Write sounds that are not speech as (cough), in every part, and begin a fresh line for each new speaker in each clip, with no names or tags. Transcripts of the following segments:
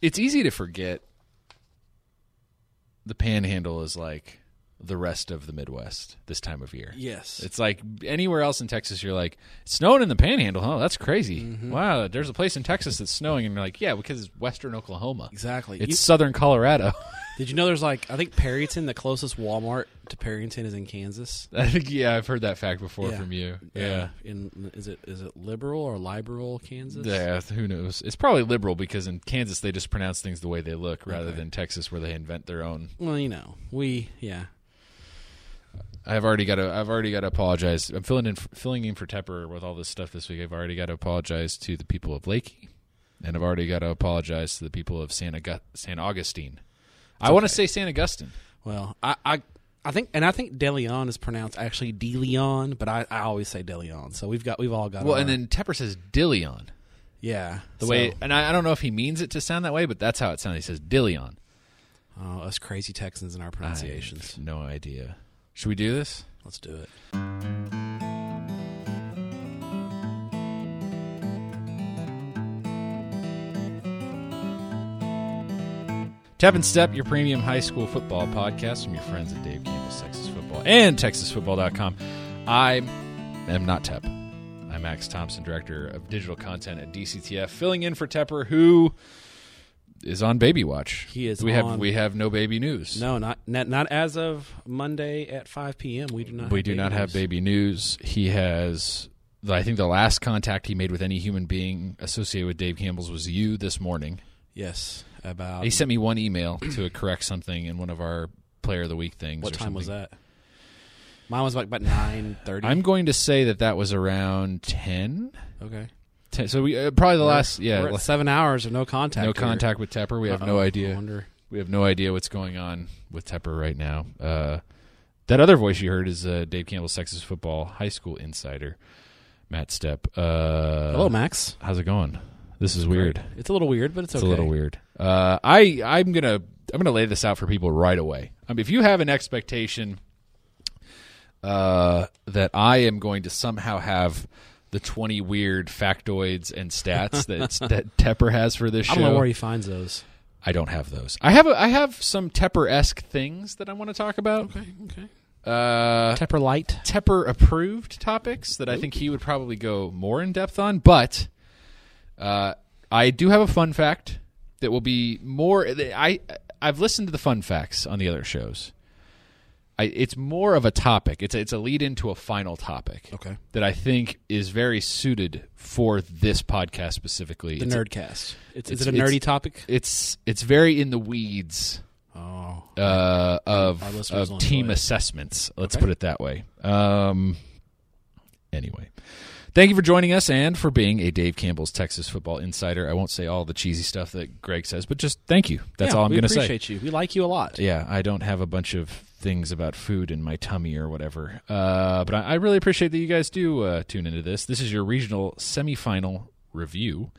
it's easy to forget the panhandle is like the rest of the Midwest this time of year.
Yes.
It's like anywhere else in Texas, you're like, "It's snowing in the panhandle, huh? That's crazy.
Mm-hmm.
Wow, there's a place in Texas that's snowing. And you're like, yeah, because it's Western Oklahoma.
exactly.
It's
You-
Southern Colorado. (laughs)
did you know there's like I think Perryton, the closest Walmart to Perryton is in Kansas.
I think, yeah, I've heard that fact before
Yeah.
from you.
In is it is it liberal or liberal Kansas?
Yeah, who knows? It's probably liberal because in Kansas they just pronounce things the way they look rather
Okay.
than Texas where they invent their own.
Well, you know, we yeah.
I've already got to I've already got to apologize. I'm filling in filling in for Tepper with all this stuff this week. I've already got to apologize to the people of Lakey and I've already got to apologize to the people of San Agu- San Augustine. I want to say San Augustine.
Well, I, I I think and I think DeLeon is pronounced actually DeLeon, but I, I always say DeLeon. So we've got we've all got
Well,
our-
and then Tepper says Dillion.
yeah,
The
so-
way and I, I don't know if he means it to sound that way, but that's how it sounds. He says Dillion.
oh, us crazy Texans and our
I have
pronunciations.
no idea. Should we do this?
Let's do it.
Tap and Step, your premium high school football podcast from your friends at Dave Campbell's Texas Football and TexasFootball.com. I am not Tep. I'm Max Thompson, Director of Digital Content at DCTF, filling in for Tepper, who is on baby watch.
He is
We have
on-
we have no baby news.
No, not not, not as of Monday at 5 p.m. We do not.
we
have
do
baby
not have
news.
baby news. He has. I think the last contact he made with any human being associated with Dave Campbell's was you this morning.
Yes, about
He sent me one email to correct something in one of our Player of the Week things.
what
or
time was
something.
that? Mine was like about nine thirty.
I'm going to say that that was around 10.
okay.
10 so we uh, probably the last yeah
We're at
la-
seven hours of no contact.
no
here.
contact with Tepper. We have no
Uh-oh, I
idea.
wonder.
We have no idea what's going on with Tepper right now. Uh, that other voice you heard is uh, Dave Campbell's Texas football high school insider, Matt Step. Uh,
Hello, Max.
How's it going? This is weird.
It's a little weird, but it's,
It's
okay.
a little weird. Uh, I I'm gonna I'm gonna lay this out for people right away. I mean, if you have an expectation uh, that I am going to somehow have the 20 weird factoids and stats that,
(laughs)
it's, that Tepper has for this show,
I don't know where he finds those.
I don't have those. I have a, I have some Tepper esque things that I want to talk about.
Okay, okay.
Uh,
Tepper Light.
Tepper approved topics that I think he would probably go more in depth on, but uh, I do have a fun fact that will be more. I I've listened to the fun facts on the other shows. I, it's more of a topic. It's a, it's a lead into a final topic
Okay.
that I think is very suited for this podcast specifically.
The
it's
Nerdcast. It's, is
it's-
it a
it's-
nerdy topic?
it's it's very in the weeds
Oh,
uh,
Our
of,
listeners will
of team
enjoy it.
assessments. Let's
Okay.
put it that way. Um, anyway, thank you for joining us and for being a Dave Campbell's Texas Football Insider. I won't say all the cheesy stuff that Greg says, but just thank you. That's
Yeah,
all I'm
we
going to say.
Appreciate you. We like you a lot.
Yeah, I don't have a bunch of things about food in my tummy or whatever. Uh, but I, I really appreciate that you guys do uh, tune into this. This is your regional semifinal review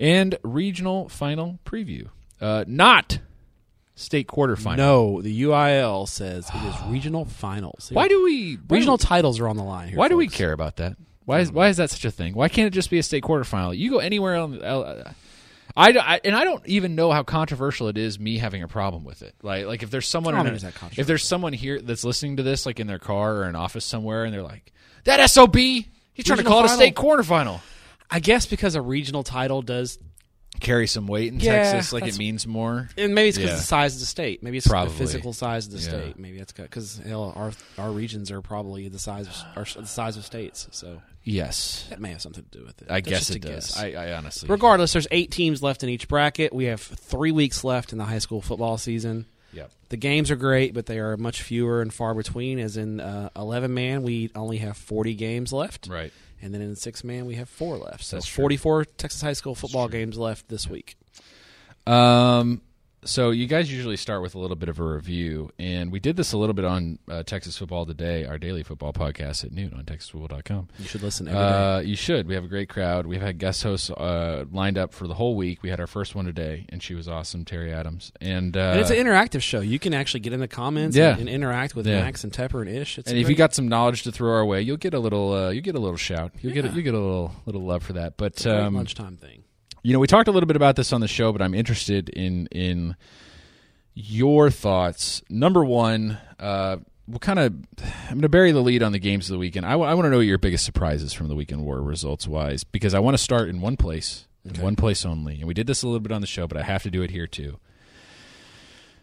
and regional final preview. Uh, not state quarterfinal.
No, the UIL says it
(sighs)
is regional finals.
Why do we why
regional
do-
titles are on the line here?
why do we
folks.
care about that? Why is why is that such a thing? Why can't it just be a state quarterfinal? You go anywhere on. uh, I, I- and I don't even know how controversial it is. Me having a problem with it, like like if there's someone
I don't
in
think
a-
it's that controversial.
if there's someone here that's listening to this, like in their car or an office somewhere, and they're like, "That sob, he's trying to
Regional
call it a
final."
state quarterfinal."
I guess because a regional title does,
Carry some weight in
Yeah,
Texas, like it
that's-
means more.
and maybe it's because
Yeah.
the size of the state. Maybe it's 'cause
Probably.
the physical size of the
Yeah.
state. Maybe it's because hell, our our regions are probably the size of, are the size of states. So
Yes,
that may have something to do with it.
I
That's
guess
just
it
a
does.
guess.
I, I honestly,
Regardless, there's eight teams left in each bracket. We have three weeks left in the high school football season.
yep.
The games are great, but they are much fewer and far between. As in uh, 11 man, we only have 40 games left.
right.
And then in six man, we have four left. So
That's true.
44 Texas high school football games left this week.
Um, so you guys usually start with a little bit of a review, and we did this a little bit on uh, Texas Football Today, our daily football podcast at noon on TexasFootball.com.
You should listen every day.
Uh, you should. We have a great crowd. We've had guest hosts uh, lined up for the whole week. We had our first one today, and she was awesome, Terry Adams. And, uh,
and it's an interactive show. You can actually get in the comments
Yeah.
and, and interact with
Yeah.
Max and Tepper and Ish. It's
and
a
if you
great-
got some knowledge to throw our way, you'll get a little uh, you get a little shout. You'll get a,
Yeah.
you get a little little love for that. But
great
um,
lunchtime thing.
You know, we talked a little bit about this on the show, but I'm interested in in your thoughts. Number one, uh, we'll kind of I'm going to bury the lead on the games of the weekend. I want to know what your biggest surprises from the weekend were results wise, because I want to start in one place, in one place only. And we did this a little bit on the show, but I have to do it here too.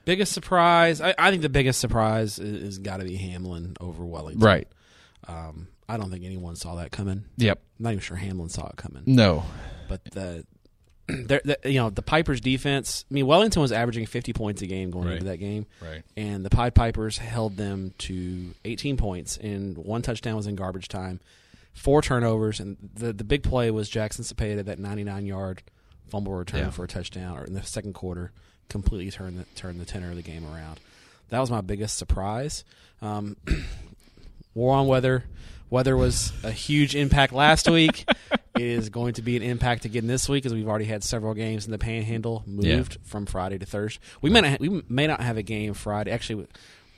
Biggest surprise. I, I think the biggest surprise is, is got to be Hamlin over Wellington.
Right.
Um, I don't think anyone saw that coming.
Yep.
I'm not even sure Hamlin saw it coming.
No.
But the, (clears throat) there- the you know the Pipers defense. I mean Wellington was averaging 50 points a game going
Right.
into that game,
Right.
and the Pied Pipers held them to 18 points, and one touchdown was in garbage time, four turnovers, and the the big play was Jackson Cepeda that 99 yard fumble return
Yeah.
for a touchdown, or in the second quarter, completely turned the, turned the tenor of the game around. That was my biggest surprise. Um, (clears throat) war on weather. Weather was a huge impact last week. it is going to be an impact again this week, as we've already had several games in the Panhandle moved from Friday to Thursday. We may not, we may not have a game Friday. Actually,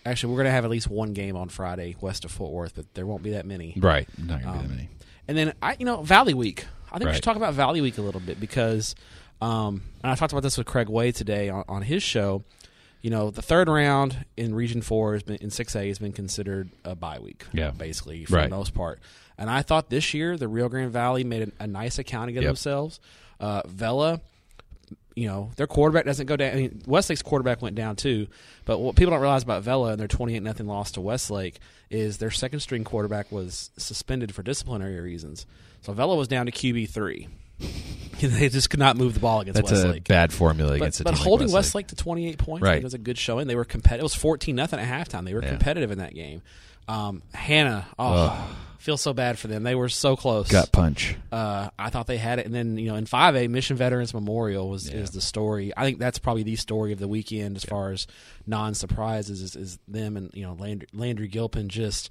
actually, we're going to have at least one game on Friday west of Fort Worth, but there won't be that many.
Right. Not gonna be
Um,
that many.
And then I, you know, Valley Week. I think we
Right.
should talk about Valley Week a little bit because, um, and I talked about this with Craig Way today on, on his show. You know, the third round in Region Four has been in six A has been considered a bye week,
Yeah.
basically for
Right.
the most part. And I thought this year the Rio Grande Valley made a, a nice accounting of
Yep.
themselves. Uh, Vela, you know, their quarterback doesn't go down. I mean, Westlake's quarterback went down too. But what people don't realize about Vela and their 28 nothing loss to Westlake is their second string quarterback was suspended for disciplinary reasons. So Vela was down to QB3. (laughs) they just could not move the ball against
That's
Westlake.
a bad formula
but
against a
but
team like
holding
Westlake.
Westlake. to 28 points I
Right.
think was a good showing. They were competitive. It was 14 nothing at halftime. They were
Yeah.
competitive in that game. Um, Hannah, oh, feel so bad for them. They were so close
gut punch.
uh, I thought they had it, and then you know in five A Mission Veterans Memorial was is the story. I think that's probably the story of the weekend as far as non surprises is, is them and you know Landry, Landry Gilpin just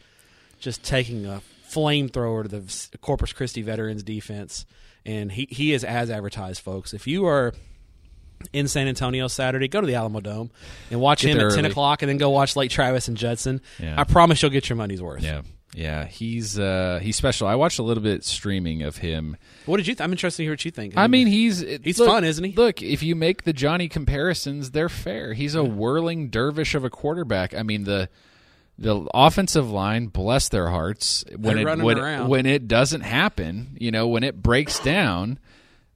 just taking a flamethrower to the s- Corpus Christi Veterans defense, and he he is as advertised, folks. If you are in San Antonio Saturday, go to the Alamo Dome and watch
Get
him at
there
ten
early.
o'clock, and then go watch Lake Travis and Judson.
Yeah.
I promise you'll get your money's worth.
Yeah. Yeah, he's uh he's special. I watched a little bit streaming of him.
What did you? Th- I'm interested to hear what you think.
I mean, he's
He's
look-
fun, isn't he?
Look, if you make the Johnny comparisons, they're fair. He's a whirling dervish of a quarterback. I mean the the offensive line, bless their hearts, when
They're
it
running
when,
around.
when it doesn't happen, you know, when it breaks down,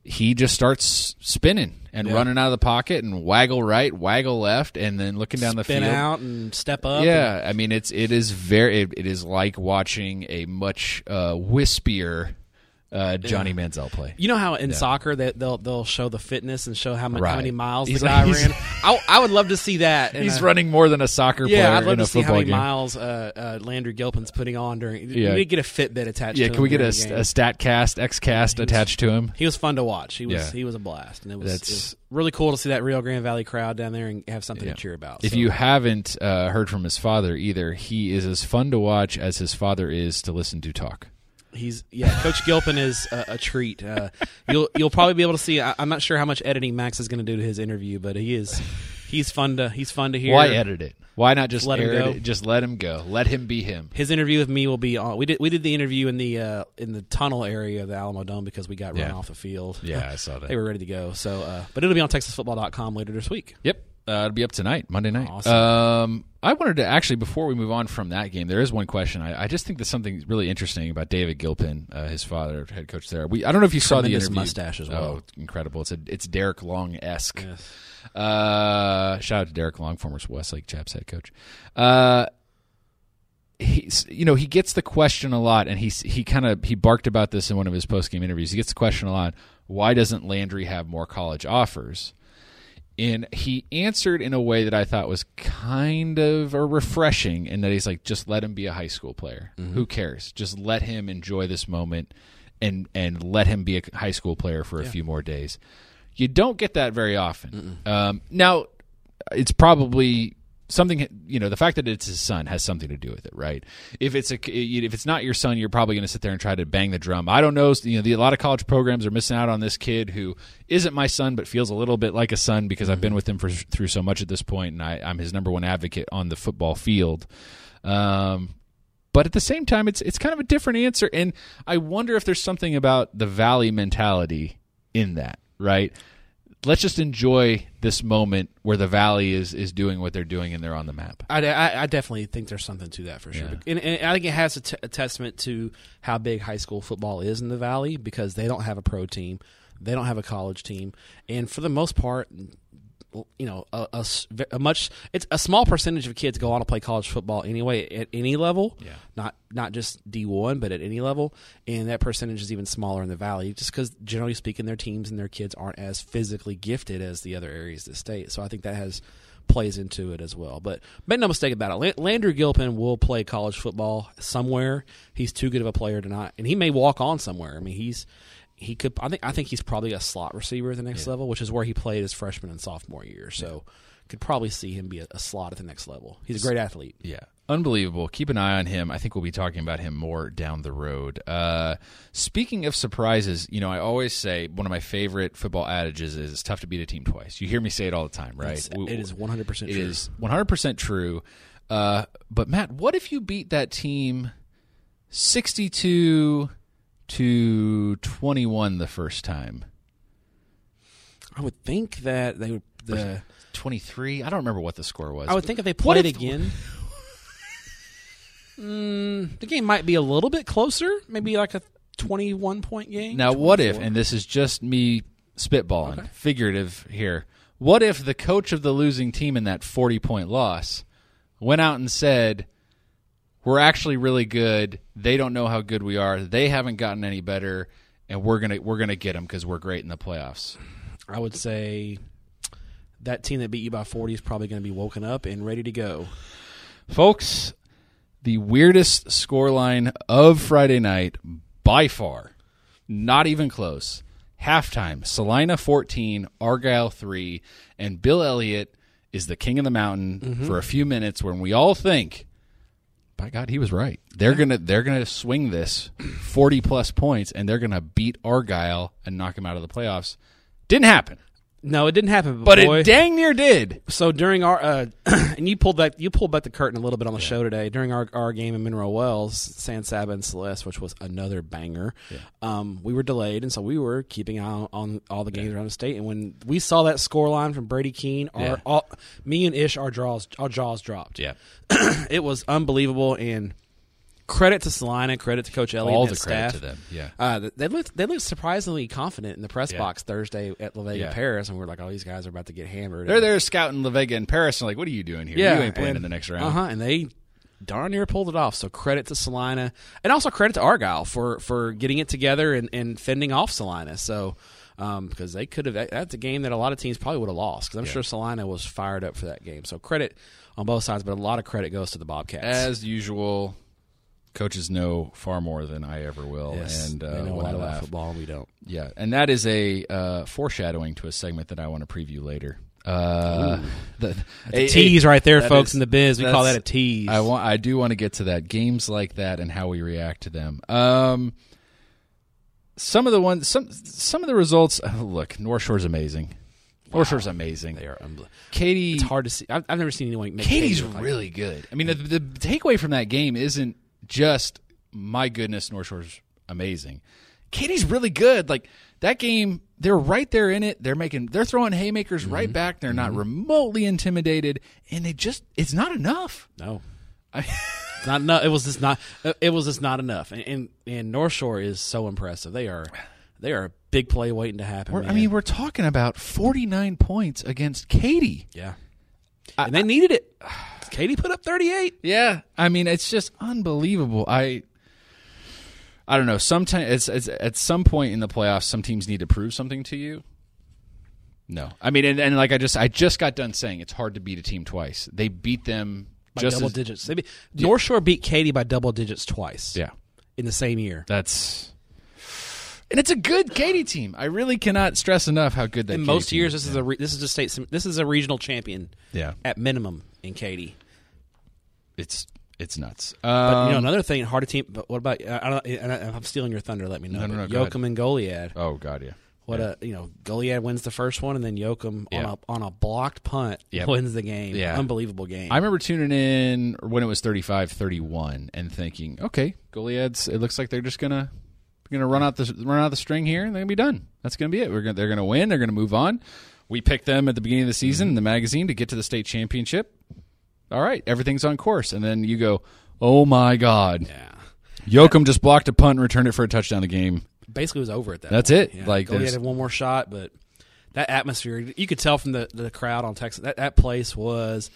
he just starts spinning and
Yeah.
running out of the pocket and waggle right, waggle left, and then looking down the
spin
field.
out and step up. and-
Yeah, I mean it's it is very it, it is like watching a much uh, wispier uh, Johnny Manziel play.
You know how in soccer they, they'll they'll show the fitness and show how, mu-
Right.
how many miles
He's
the guy
like- he's-
ran. I, I would love to see that. in
He's
a-
running more than a soccer player
Yeah, I'd love
in a
to see how
football
many
game.
miles uh, uh, Landry Gilpin's putting on during.
Yeah.
We need to get a Fitbit attached.
yeah,
to
can we
him
get a,
during
a
the game.
Statcast XCast attached to him?
He was fun to watch. He was
Yeah.
he was a blast, and it was, it
That's-
was really cool to see that Rio Grande Valley crowd down there and have something to cheer about.
If
So,
you haven't uh, heard from his father either, he is as fun to watch as his father is to listen to talk.
he's yeah, Coach Gilpin is a, a treat. Uh, (laughs) you'll you'll probably be able to see. I, I'm not sure how much editing Max is going to do to his interview, but he is he's fun to he's fun to hear.
Why edit it? Why not just
Let him
air
go.
it? Just let him go. Let him be him.
his interview with me will be on. We did we did the interview in the uh, in the tunnel area of the Alamo Dome because we got run
Yeah.
off the field.
Yeah, I saw that.
(laughs) they were ready to go. So, uh, but it'll be on TexasFootball.com later this week.
Yep. Uh, it'll be up tonight, Monday night.
Awesome.
Um, I wanted to actually, before we move on from that game, there is one question. I, I just think there's something really interesting about David Gilpin, uh, his father, head coach there. We, I don't know if you saw the
Tremendous
interview.
mustache as well.
Oh, incredible! It's a, it's Derek Long esque. Uh, shout out to Derek Long, former Westlake Chaps head coach. Uh, he's you know he gets the question a lot, and he's he kind of he barked about this in one of his post game interviews. He gets the question a lot: Why doesn't Landry have more college offers? And he answered in a way that I thought was kind of or refreshing, in that he's like, just let him be a high school player. Who cares? Just let him enjoy this moment, and and let him be a high school player for a few more days. You don't get that very often. Um, now, it's probably something you know the fact that it's his son has something to do with it right if it's a if it's not your son you're probably going to sit there and try to bang the drum i don't know you know the, a lot of college programs are missing out on this kid who isn't my son but feels a little bit like a son because i've been with him for through so much at this point and I, i'm his number one advocate on the football field um, but at the same time it's it's kind of a different answer and i wonder if there's something about the valley mentality in that right? Let's just enjoy this moment where the Valley is is doing what they're doing and they're on the map.
I, I, I definitely think there's something to that for sure.
Yeah.
And, and I think it has a, t- a testament to how big high school football is in the Valley because they don't have a pro team, they don't have a college team, and for the most part, you know, a, a s- a much it's a small percentage of kids go on to play college football anyway at any level.
Yeah.
Not not just D one, but at any level, and that percentage is even smaller in the Valley, just because generally speaking, their teams and their kids aren't as physically gifted as the other areas of the state. So I think that has plays into it as well. But make no mistake about it, Lan- Landry Gilpin will play college football somewhere. He's too good of a player to not, and he may walk on somewhere. I mean, he's he could. I think I think he's probably a slot receiver at the next level, which is where he played his freshman and sophomore year. So could probably see him be a, a slot at the next level. He's a great athlete.
Yeah. Unbelievable. Keep an eye on him. I think we'll be talking about him more down the road. Uh, speaking of surprises, you know, I always say one of my favorite football adages is it's tough to beat a team twice. You hear me say it all the time, right?
It's,
We-
it is one hundred percent
it
true.
is 100% true. Uh, but Matt, what if you beat that team 62 to 21 the first time?
I would think that they would. The,
23? I don't remember what the score was.
Uh, I would think if they
What
played
if- (laughs)
again. Mm, the game might be a little bit closer, maybe like a 21 point game.
Now, what if,
24.
and this is just me spitballing,
Okay.
figurative here, what if the coach of the losing team in that 40 point loss went out and said, We're actually really good. They don't know how good we are. They haven't gotten any better. And we're gonna we're gonna get them because we're great in the playoffs.
I would say that team that beat you by 40 is probably going to be woken up and ready to go.
Folks, the weirdest scoreline of Friday night by far. Not even close. Halftime, Salina 14, Argyle 3, and Bill Elliott is the king of the mountain
Mm-hmm.
for a few minutes when we all think by god he was right. They're going to they're going to swing this 40 plus points and they're going to beat Argyle and knock him out of the playoffs. Didn't happen,
No, it didn't happen,
but
boy.
it dang near did.
so during our uh, (clears throat) and you pulled back you pulled back the curtain a little bit on the show today during our, our game in Mineral Wells, San Saba and Celeste, which was another banger. Um, we were delayed, and so we were keeping eye on, on all the games around the state. And when we saw that score line from Brady Keene, our
Yeah.
all, me and Ish, our jaws our jaws dropped.
Yeah.
(clears throat) it was unbelievable, and credit to Salina, credit to Coach Elliott,
All
and
the
his
credit
staff.
to them. Yeah.
Uh, they looked they looked surprisingly confident in the press
Yeah.
box Thursday at La Vega
Yeah.
Paris, and we were like, "Oh, these guys are about to get hammered."
They're there scouting La Vega and Paris and like, what are you doing here? you ain't playing in the next round.
Uh huh. And they darn near pulled it off. So credit to Salina, and also credit to Argyle for for getting it together and, and fending off Salina. So. Um, because they could have that, that's a game that a lot of teams probably would have lost because I'm sure Salina was fired up for that game. So credit on both sides, but a lot of credit goes to the Bobcats.
As usual, coaches know far more than I ever will,
Yes,
and
they
uh,
know a
when I
lot about
laugh,
football and we don't.
yeah, and that is a uh, foreshadowing to a segment that I want to preview later. Uh, the, a- a-
tease right there,
that
folks,
is-
in the biz. We call
that's-
that a tease.
I want. I do want to get to that games like that and how we react to them. Um, some of the ones, some some of the results. oh, look, North Shore's amazing. North Shore's amazing.
they are unbelievable.
Katie,
It's hard to see. I've, I've never seen anyone make
Katie's
Katie look like
really good. I mean, the, the takeaway from that game isn't just my goodness, North Shore's amazing. Katie's really good. Like that game, they're right there in it. They're making, they're throwing haymakers right back. They're not remotely intimidated, and they just, it's not enough.
no.
I- (laughs)
It's not enough. It was just not. It was just not enough. And and, and North Shore is so impressive. They are, they are a big play waiting to happen.
We're, I
man.
mean, we're talking about forty nine points against Katie.
yeah. and they needed it. Katie put up thirty eight.
Yeah, I mean it's just unbelievable. I I don't know. Sometimes it's, it's at some point in the playoffs, some teams need to prove something to you. No, I mean, and, and like I just I just got done saying it's hard to beat a team twice. They beat them
By
just
double
as,
digits. They be, North Shore beat Katie by double digits twice.
yeah.
In the same year.
That's and it's a good Katie team. I really cannot stress enough how good that
In
Katy
most
team
years,
is.
this is a re, this is a state. This is a regional champion.
Yeah.
At minimum in Katie.
It's it's nuts.
But
Um,
you know another thing, hard to team. But what about? I don't, and I, I'm stealing your thunder. Let me know.
no, no,
but
go ahead.
Yoakum and Goliad.
oh god, yeah.
What a you know, Goliad wins the first one, and then Yoakum
Yeah.
on a on a blocked punt
Yep.
wins the game.
Yeah.
unbelievable game.
I remember tuning in when it was 35 31 and thinking, okay, Goliad's, it looks like they're just going to going to run out the run out the string here, and they're going to be done. That's going to be it. We're gonna, they're going to win. They're going to move on. We picked them at the beginning of the season in the magazine to get to the state championship. All right, everything's on course, and then you go, "Oh my God,
Yeah.
Yoakum just blocked a punt and returned it for a touchdown." The game.
Basically, it was over at that.
That's
point.
it. Like,
Goliad
there's-
had one more shot, but that atmosphere you could tell from the, the crowd on Texas that that place was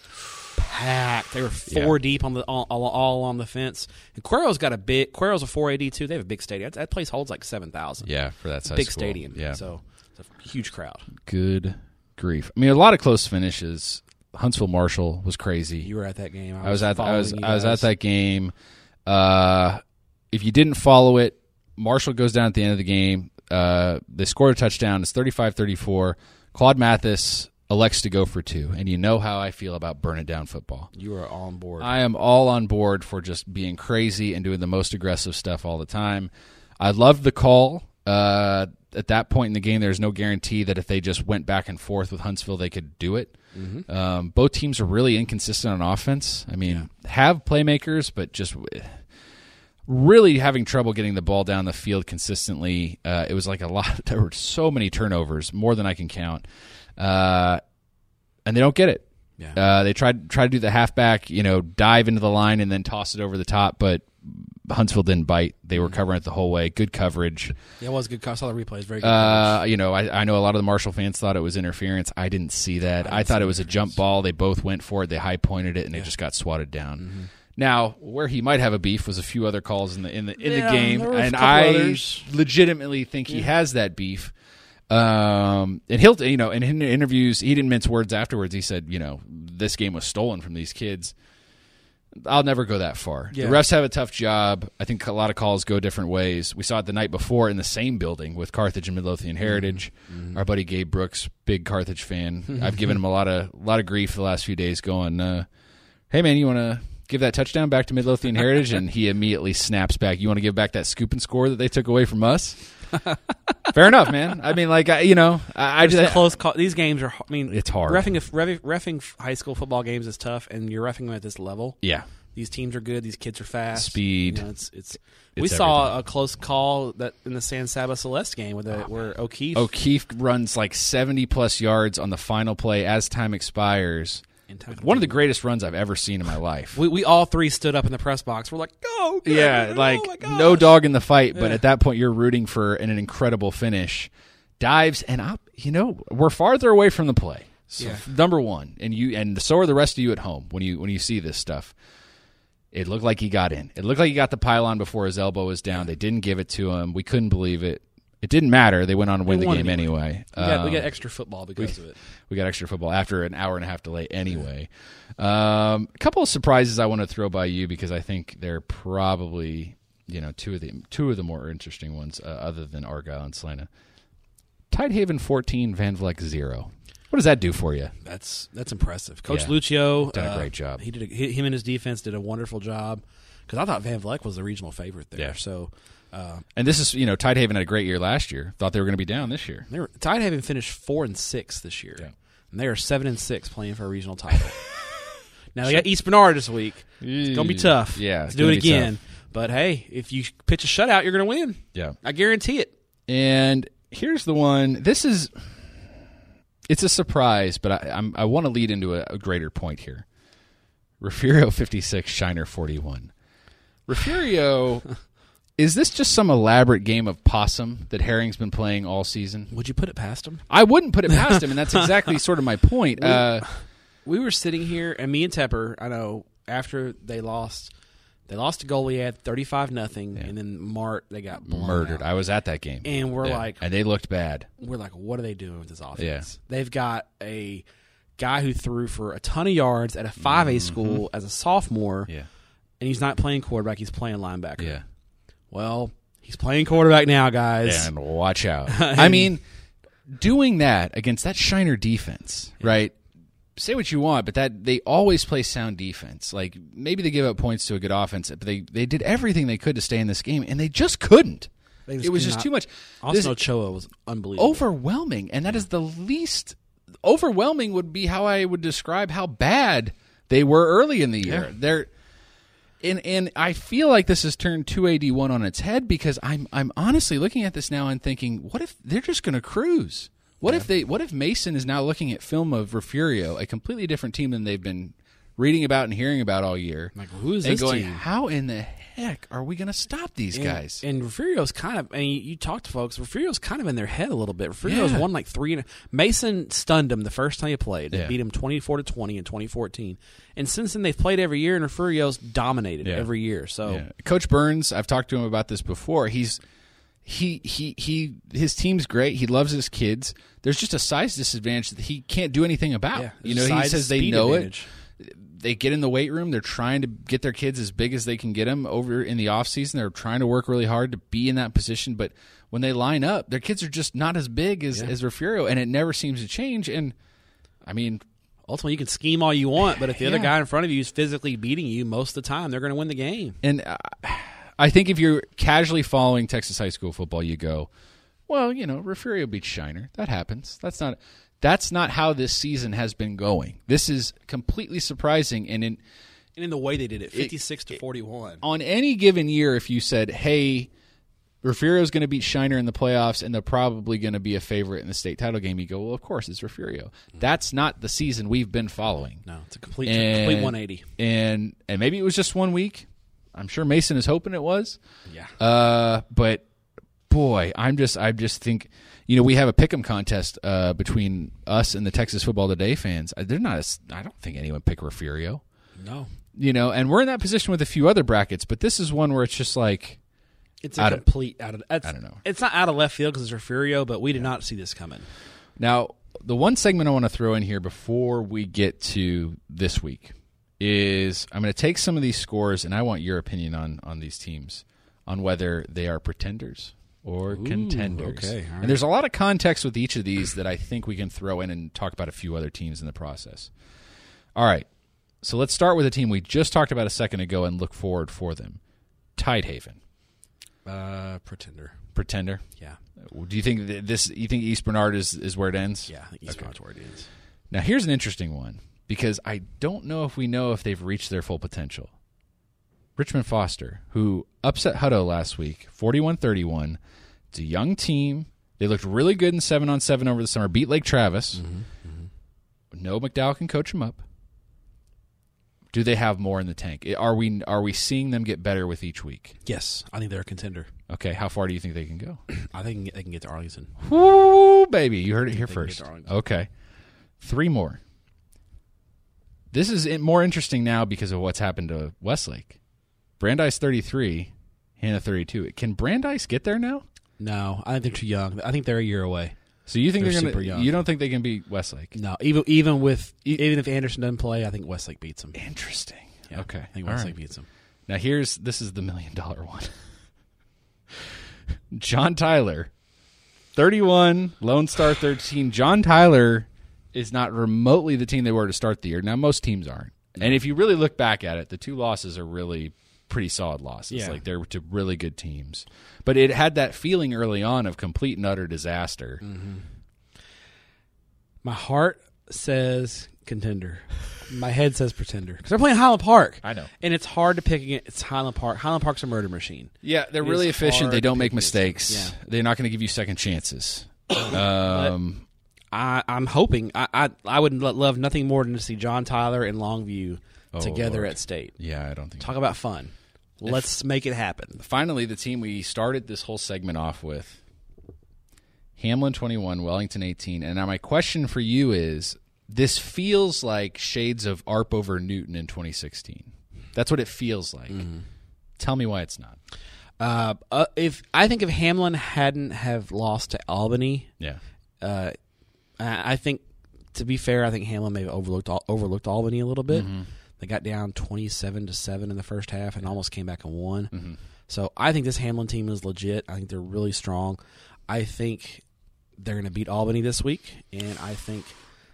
packed. They were four deep on the all, all, all on the fence. And Cuero's got a big. Cuero's a four eighty two. They have a big stadium. That, that place holds like seven thousand.
Yeah, for that size
big
school.
stadium.
Yeah,
so it's a huge crowd.
good grief. I mean, a lot of close finishes. Huntsville Marshall was crazy.
You were at that game.
I was at I was
following you
I was
guys.
at that game. Uh, if you didn't follow it, Marshall goes down at the end of the game. Uh, they score a touchdown. It's 35-34. Claude Mathis elects to go for two, and you know how I feel about burn it down football.
You were all on board.
I am all on board for just being crazy and doing the most aggressive stuff all the time. I love the call. Uh, at that point in the game, there's no guarantee that if they just went back and forth with Huntsville, they could do it. Um, both teams are really inconsistent on offense. I mean, have playmakers, but just w- really having trouble getting the ball down the field consistently. Uh, it was like a lot. (laughs) There were so many turnovers, more than I can count. Uh, and they don't get it.
yeah.
Uh, they tried try to do the halfback, you know, dive into the line and then toss it over the top, but Huntsville didn't bite. They were covering it the whole way. Good coverage.
yeah, it was a good. I saw the replays. Very good.
Uh, you know, I, I know a lot of the Marshall fans thought it was interference. I didn't see that. I, thought it was a jump ball. They both went for it. They high pointed it, and it just got swatted down.
Mm-hmm.
Now, where he might have a beef was a few other calls in the in the in
Yeah,
the game,
there were a
and
couple
I
others.
legitimately think he has that beef. Um, and he'll you know, and in interviews, he didn't mince words afterwards. He said, you know, this game was stolen from these kids. I'll never go that far.
Yeah.
The refs have a tough job. I think a lot of calls go different ways. We saw it the night before in the same building with Carthage and Midlothian Heritage. Our buddy Gabe Brooks, big Carthage fan. I've given him a lot of a lot of grief the last few days, going, uh, "Hey man, you want to give that touchdown back to Midlothian Heritage?" and he immediately snaps back, "You want to give back that scoop and score that they took away from us?" Fair enough, man. I mean, like I, you know, I, I
It's a
just
close call. These games are. h- I mean,
It's hard.
Refing, a- ref- refing high school football games is tough, and you're refing them at this level.
yeah.
These teams are good. These kids are fast.
Speed.
You know, it's, it's, we saw a close call that in the San Saba Celeste game with
Oh.
the, where O'Keefe
O'Keefe runs like 70 plus yards on the final play as time expires.
and tackled
One of the
him.
greatest runs I've ever seen in my life.
we, we all three stood up in the press box. We're like, go,
(laughs)
go,
yeah,
go,
like
oh my gosh.
no dog in the fight, but
Yeah.
at that point you're rooting for an, an incredible finish. Dives and up, you know, we're farther away from the play. So
Yeah.
number 1, and you and so are the rest of you at home when you when you see this stuff. It looked like he got in. It looked like he got the pylon before his elbow was down. They didn't give it to him. We couldn't believe it. It didn't matter. They went on to win
They
the
won
game anyway.
We got, we
Um,
got extra football because of it.
we got extra football after an hour and a half delay anyway. Um, a couple of surprises I want to throw by you because I think they're probably you know two of the two of the more interesting ones uh, other than Argyle and Salina. Tidehaven fourteen, Van Vleck zero. What does that do for you?
That's that's impressive. Coach
Yeah.
Lucio
Done a
uh,
great job.
He did. A, he- him and his defense did a wonderful job. Because I thought Van Vleck was the regional favorite there.
Yeah.
So. Uh,
And this is you know Tidehaven had a great year last year. Thought they were going to be down this year.
They were, Tide haven't finished four and six this year,
Yeah.
and they are seven and six playing for a regional title.
(laughs)
now they got East Bernard this week. It's gonna be
Eee.
tough.
Yeah,
to
it's
do
gonna
it
be tough.
again. But hey, if you pitch a shutout, you're gonna win.
Yeah.
I guarantee it.
And here's the one. This is it's a surprise, but I, I'm, I want to lead into a, a greater point here. Refurio 56, Shiner 41.
(laughs)
Refurio, is this just some elaborate game of possum that Herring's been playing all season?
Would you put it past them?
I wouldn't put it past him, and that's exactly sort of my
(laughs)
point. Uh,
We were sitting here, and me and Tepper. I know after they lost, they lost to Goliad thirty-five nothing, and then Mart they got blown
murdered.
out.
I was at that game.
And we're
Yeah.
like,
And they looked bad.
we're like, what are they doing with this offense?
Yeah.
They've got a guy who threw for a ton of yards at a 5A school as a sophomore,
Mm-hmm. Yeah.
and he's not playing quarterback, he's playing linebacker.
Yeah.
Well, he's playing quarterback now, guys.
and watch out. I mean, doing that against that Shiner defense, right? Say what you want, but that they always play sound defense. Like maybe they give up points to a good offense, but they they did everything they could to stay in this game, and they just couldn't.
They just
it was
could
just
not-
too much. This-
Also, Choa was unbelievable.
overwhelming, and that is the least overwhelming would be how I would describe how bad they were early in the year. They're and and I feel like this has turned 281 on its head because I'm I'm honestly looking at this now and thinking, what if they're just going to cruise? What if they what if Mason is now looking at film of Refurio, a completely different team than they've been reading about and hearing about all year?
Like, who is
and
this
Oh, going,
team?
how in the heck are we going to stop these
And-
guys?
And Refurio's kind of, and you, you talk to folks, Refurio's kind of in their head a little bit. Refurio's
Yeah.
won like three. and- Mason stunned him the first time he played. They
Yeah.
beat him 24 to 20 in 2014. And since then, they've played every year, and Refurio's dominated
Yeah.
every year. So,
Yeah. Coach Burns, I've talked to him about this before. He's he he he his team's great. He loves his kids. There's just a size disadvantage that he can't do anything about.
yeah,
you know, he
size,
says they
speed
know
advantage.
it. They get in the weight room. They're trying to get their kids as big as they can get them over in the off season. They're trying to work really hard to be in that position, but when they line up, their kids are just not as big as as Refurio, and it never seems to change. And I mean,
Ultimately, you can scheme all you want, but if the other
Yeah.
guy in front of you is physically beating you most of the time, they're going to win the game.
and uh, I think if you're casually following Texas high school football, you go, well, you know, Refurio beats Shiner. That happens. That's not that's not how this season has been going. This is completely surprising. And in
And in the way they did it, 56 to 41.
on any given year, if you said, hey, Refurio's going to beat Shiner in the playoffs, and they're probably going to be a favorite in the state title game. You go, well, of course it's Refurio. That's not the season we've been following.
Mm-hmm. no, it's a complete, complete 180.
And and maybe it was just one week. I'm sure Mason is hoping it was.
Yeah.
Uh, but boy, I'm just I just think you know we have a pick'em contest uh, between us and the Texas Football Today fans. Uh, They're not. as- I don't think anyone pick Refurio.
no.
You know, and we're in that position with a few other brackets, but this is one where it's just like
It's a
Out of-
complete out of. That's,
I don't know.
It's not out of left field because it's Refurio, but we did not see this coming.
now the one segment I want to throw in here before we get to this week is I'm going to take some of these scores and I want your opinion on on these teams on whether they are pretenders or contenders.
okay, all right.
And there's a lot of context with each of these that I think we can throw in and talk about a few other teams in the process. All right. So let's start with a team we just talked about a second ago and look forward for them. Tidehaven,
Uh, pretender.
pretender.
Yeah,
Do you think that this? You think East Bernard is is where it ends?
yeah. I think he's okay. where it is.
Now here's an interesting one because I don't know if we know if they've reached their full potential. Richmond Foster, who upset Hutto last week, 41-31. It's a young team. They looked really good in seven on seven over the summer. Beat Lake Travis. No McDowell can coach them up. Do they have more in the tank? Are we are we seeing them get better with each week?
Yes, I think they're a contender.
Okay, how far do you think they can go?
(clears throat) I think they can get- they can get to Arlington.
Woo, baby. You heard it here
They can get
first.
to Arlington.
Okay. Three more. This is in- more interesting now because of what's happened to Westlake. Brandeis 33, Hannah 32. Can Brandeis get there now?
No, I think they're too young. I think they're a year away.
So you think
They're
they're,
super
going
young.
to you don't think they can beat Westlake?
No, even even with e, even if Anderson doesn't play, I think Westlake beats him.
Interesting.
Yeah,
okay.
I think
All
Westlake
right.
beats him.
Now here's this is the million dollar one. (laughs) John Tyler, 31, Lone Star 13. John Tyler is not remotely the team they were to start the year. Now most teams aren't. And if you really look back at it, the two losses are really pretty solid losses.
Yeah.
Like they're to really good teams. But it had that feeling early on of complete and utter disaster.
Mm-hmm. My heart says contender. My head says pretender because they're playing Highland Park.
I know.
and it's hard to pick against it's Highland Park. Highland Park's a murder machine.
Yeah, they're
It
really
is
efficient.
hard
They don't make
picking this team.
mistakes.
Yeah.
They're not going to give you second chances.
I, I'm hoping I, I I would lo- love nothing more than to see John Tyler and Longview together
Lord.
at state.
Yeah, I don't think
Talk about fun. Let's make it happen.
finally, the team we started this whole segment off with Hamlin 21, Wellington 18. And now, my question for you is this feels like shades of ARP over Newton in 2016. That's what it feels like.
Mm-hmm.
Tell me why it's not.
Uh, uh, if I think if Hamlin hadn't have lost to Albany,
Yeah.
uh, I I think to be fair, I think Hamlin may have overlooked Al- overlooked Albany a little bit.
Mm-hmm.
They got down twenty seven to seven in the first half and almost came back and won.
Mm-hmm.
So I think this Hamlin team is legit. I think they're really strong. I think they're going to beat Albany this week, and I think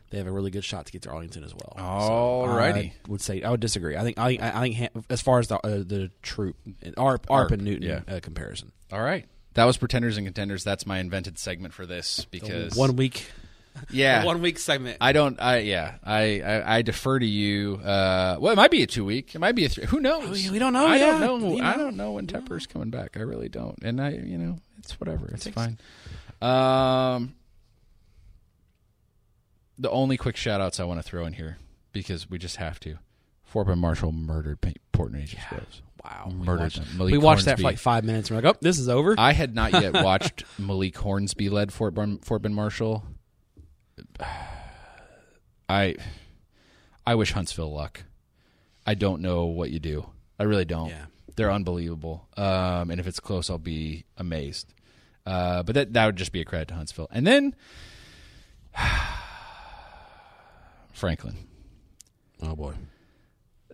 they have a really good shot to get to Arlington as well. So
Alrighty.
I would say I would disagree. I think I think, I think Ham, as far as the uh, the troop Arp, Arp,
Arp,
and Newton
yeah.
uh, comparison,
All right. That was Pretenders and Contenders. That's my invented segment for this because
one week
Yeah.
One week segment.
I don't. I yeah. I I, I defer to you. Uh, well, it might be a two week. It might be a three. Who knows?
We- we don't know,
I
Oh, yeah.
don't know.
You
I
know.
don't know when Tepper's coming back. I really don't. And I, you know, it's whatever. It's fine. Um, the only quick shout outs I want to throw in here because we just have to. Fort Ben Marshall murdered Pa- Portland Aegis Rose.
wow. We
Murdered
watched,
them. Malik
we watched that for
Hornsby.
like five minutes and we're like, oh, this is over.
I had not yet watched (laughs) Malik Hornsby led Fort Ben, Fort ben Marshall. (sighs) I I wish Huntsville luck. I don't know what you do. I really don't.
Yeah.
They're unbelievable. Um, and if it's close, I'll be amazed. Uh, but that that would just be a credit to Huntsville. And then (sighs) Franklin.
oh, boy.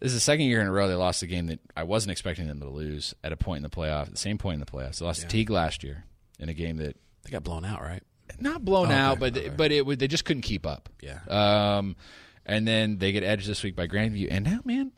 This is the second year in a row they lost a game that I wasn't expecting them to lose at a point in the playoff, the same point in the playoffs. They lost to Teague last year in a game that
They got blown out, right?
not blown
Okay,
out, but
okay.
but it would they just couldn't keep up.
Yeah.
Um, and then they get edged this week by Grandview, and now man,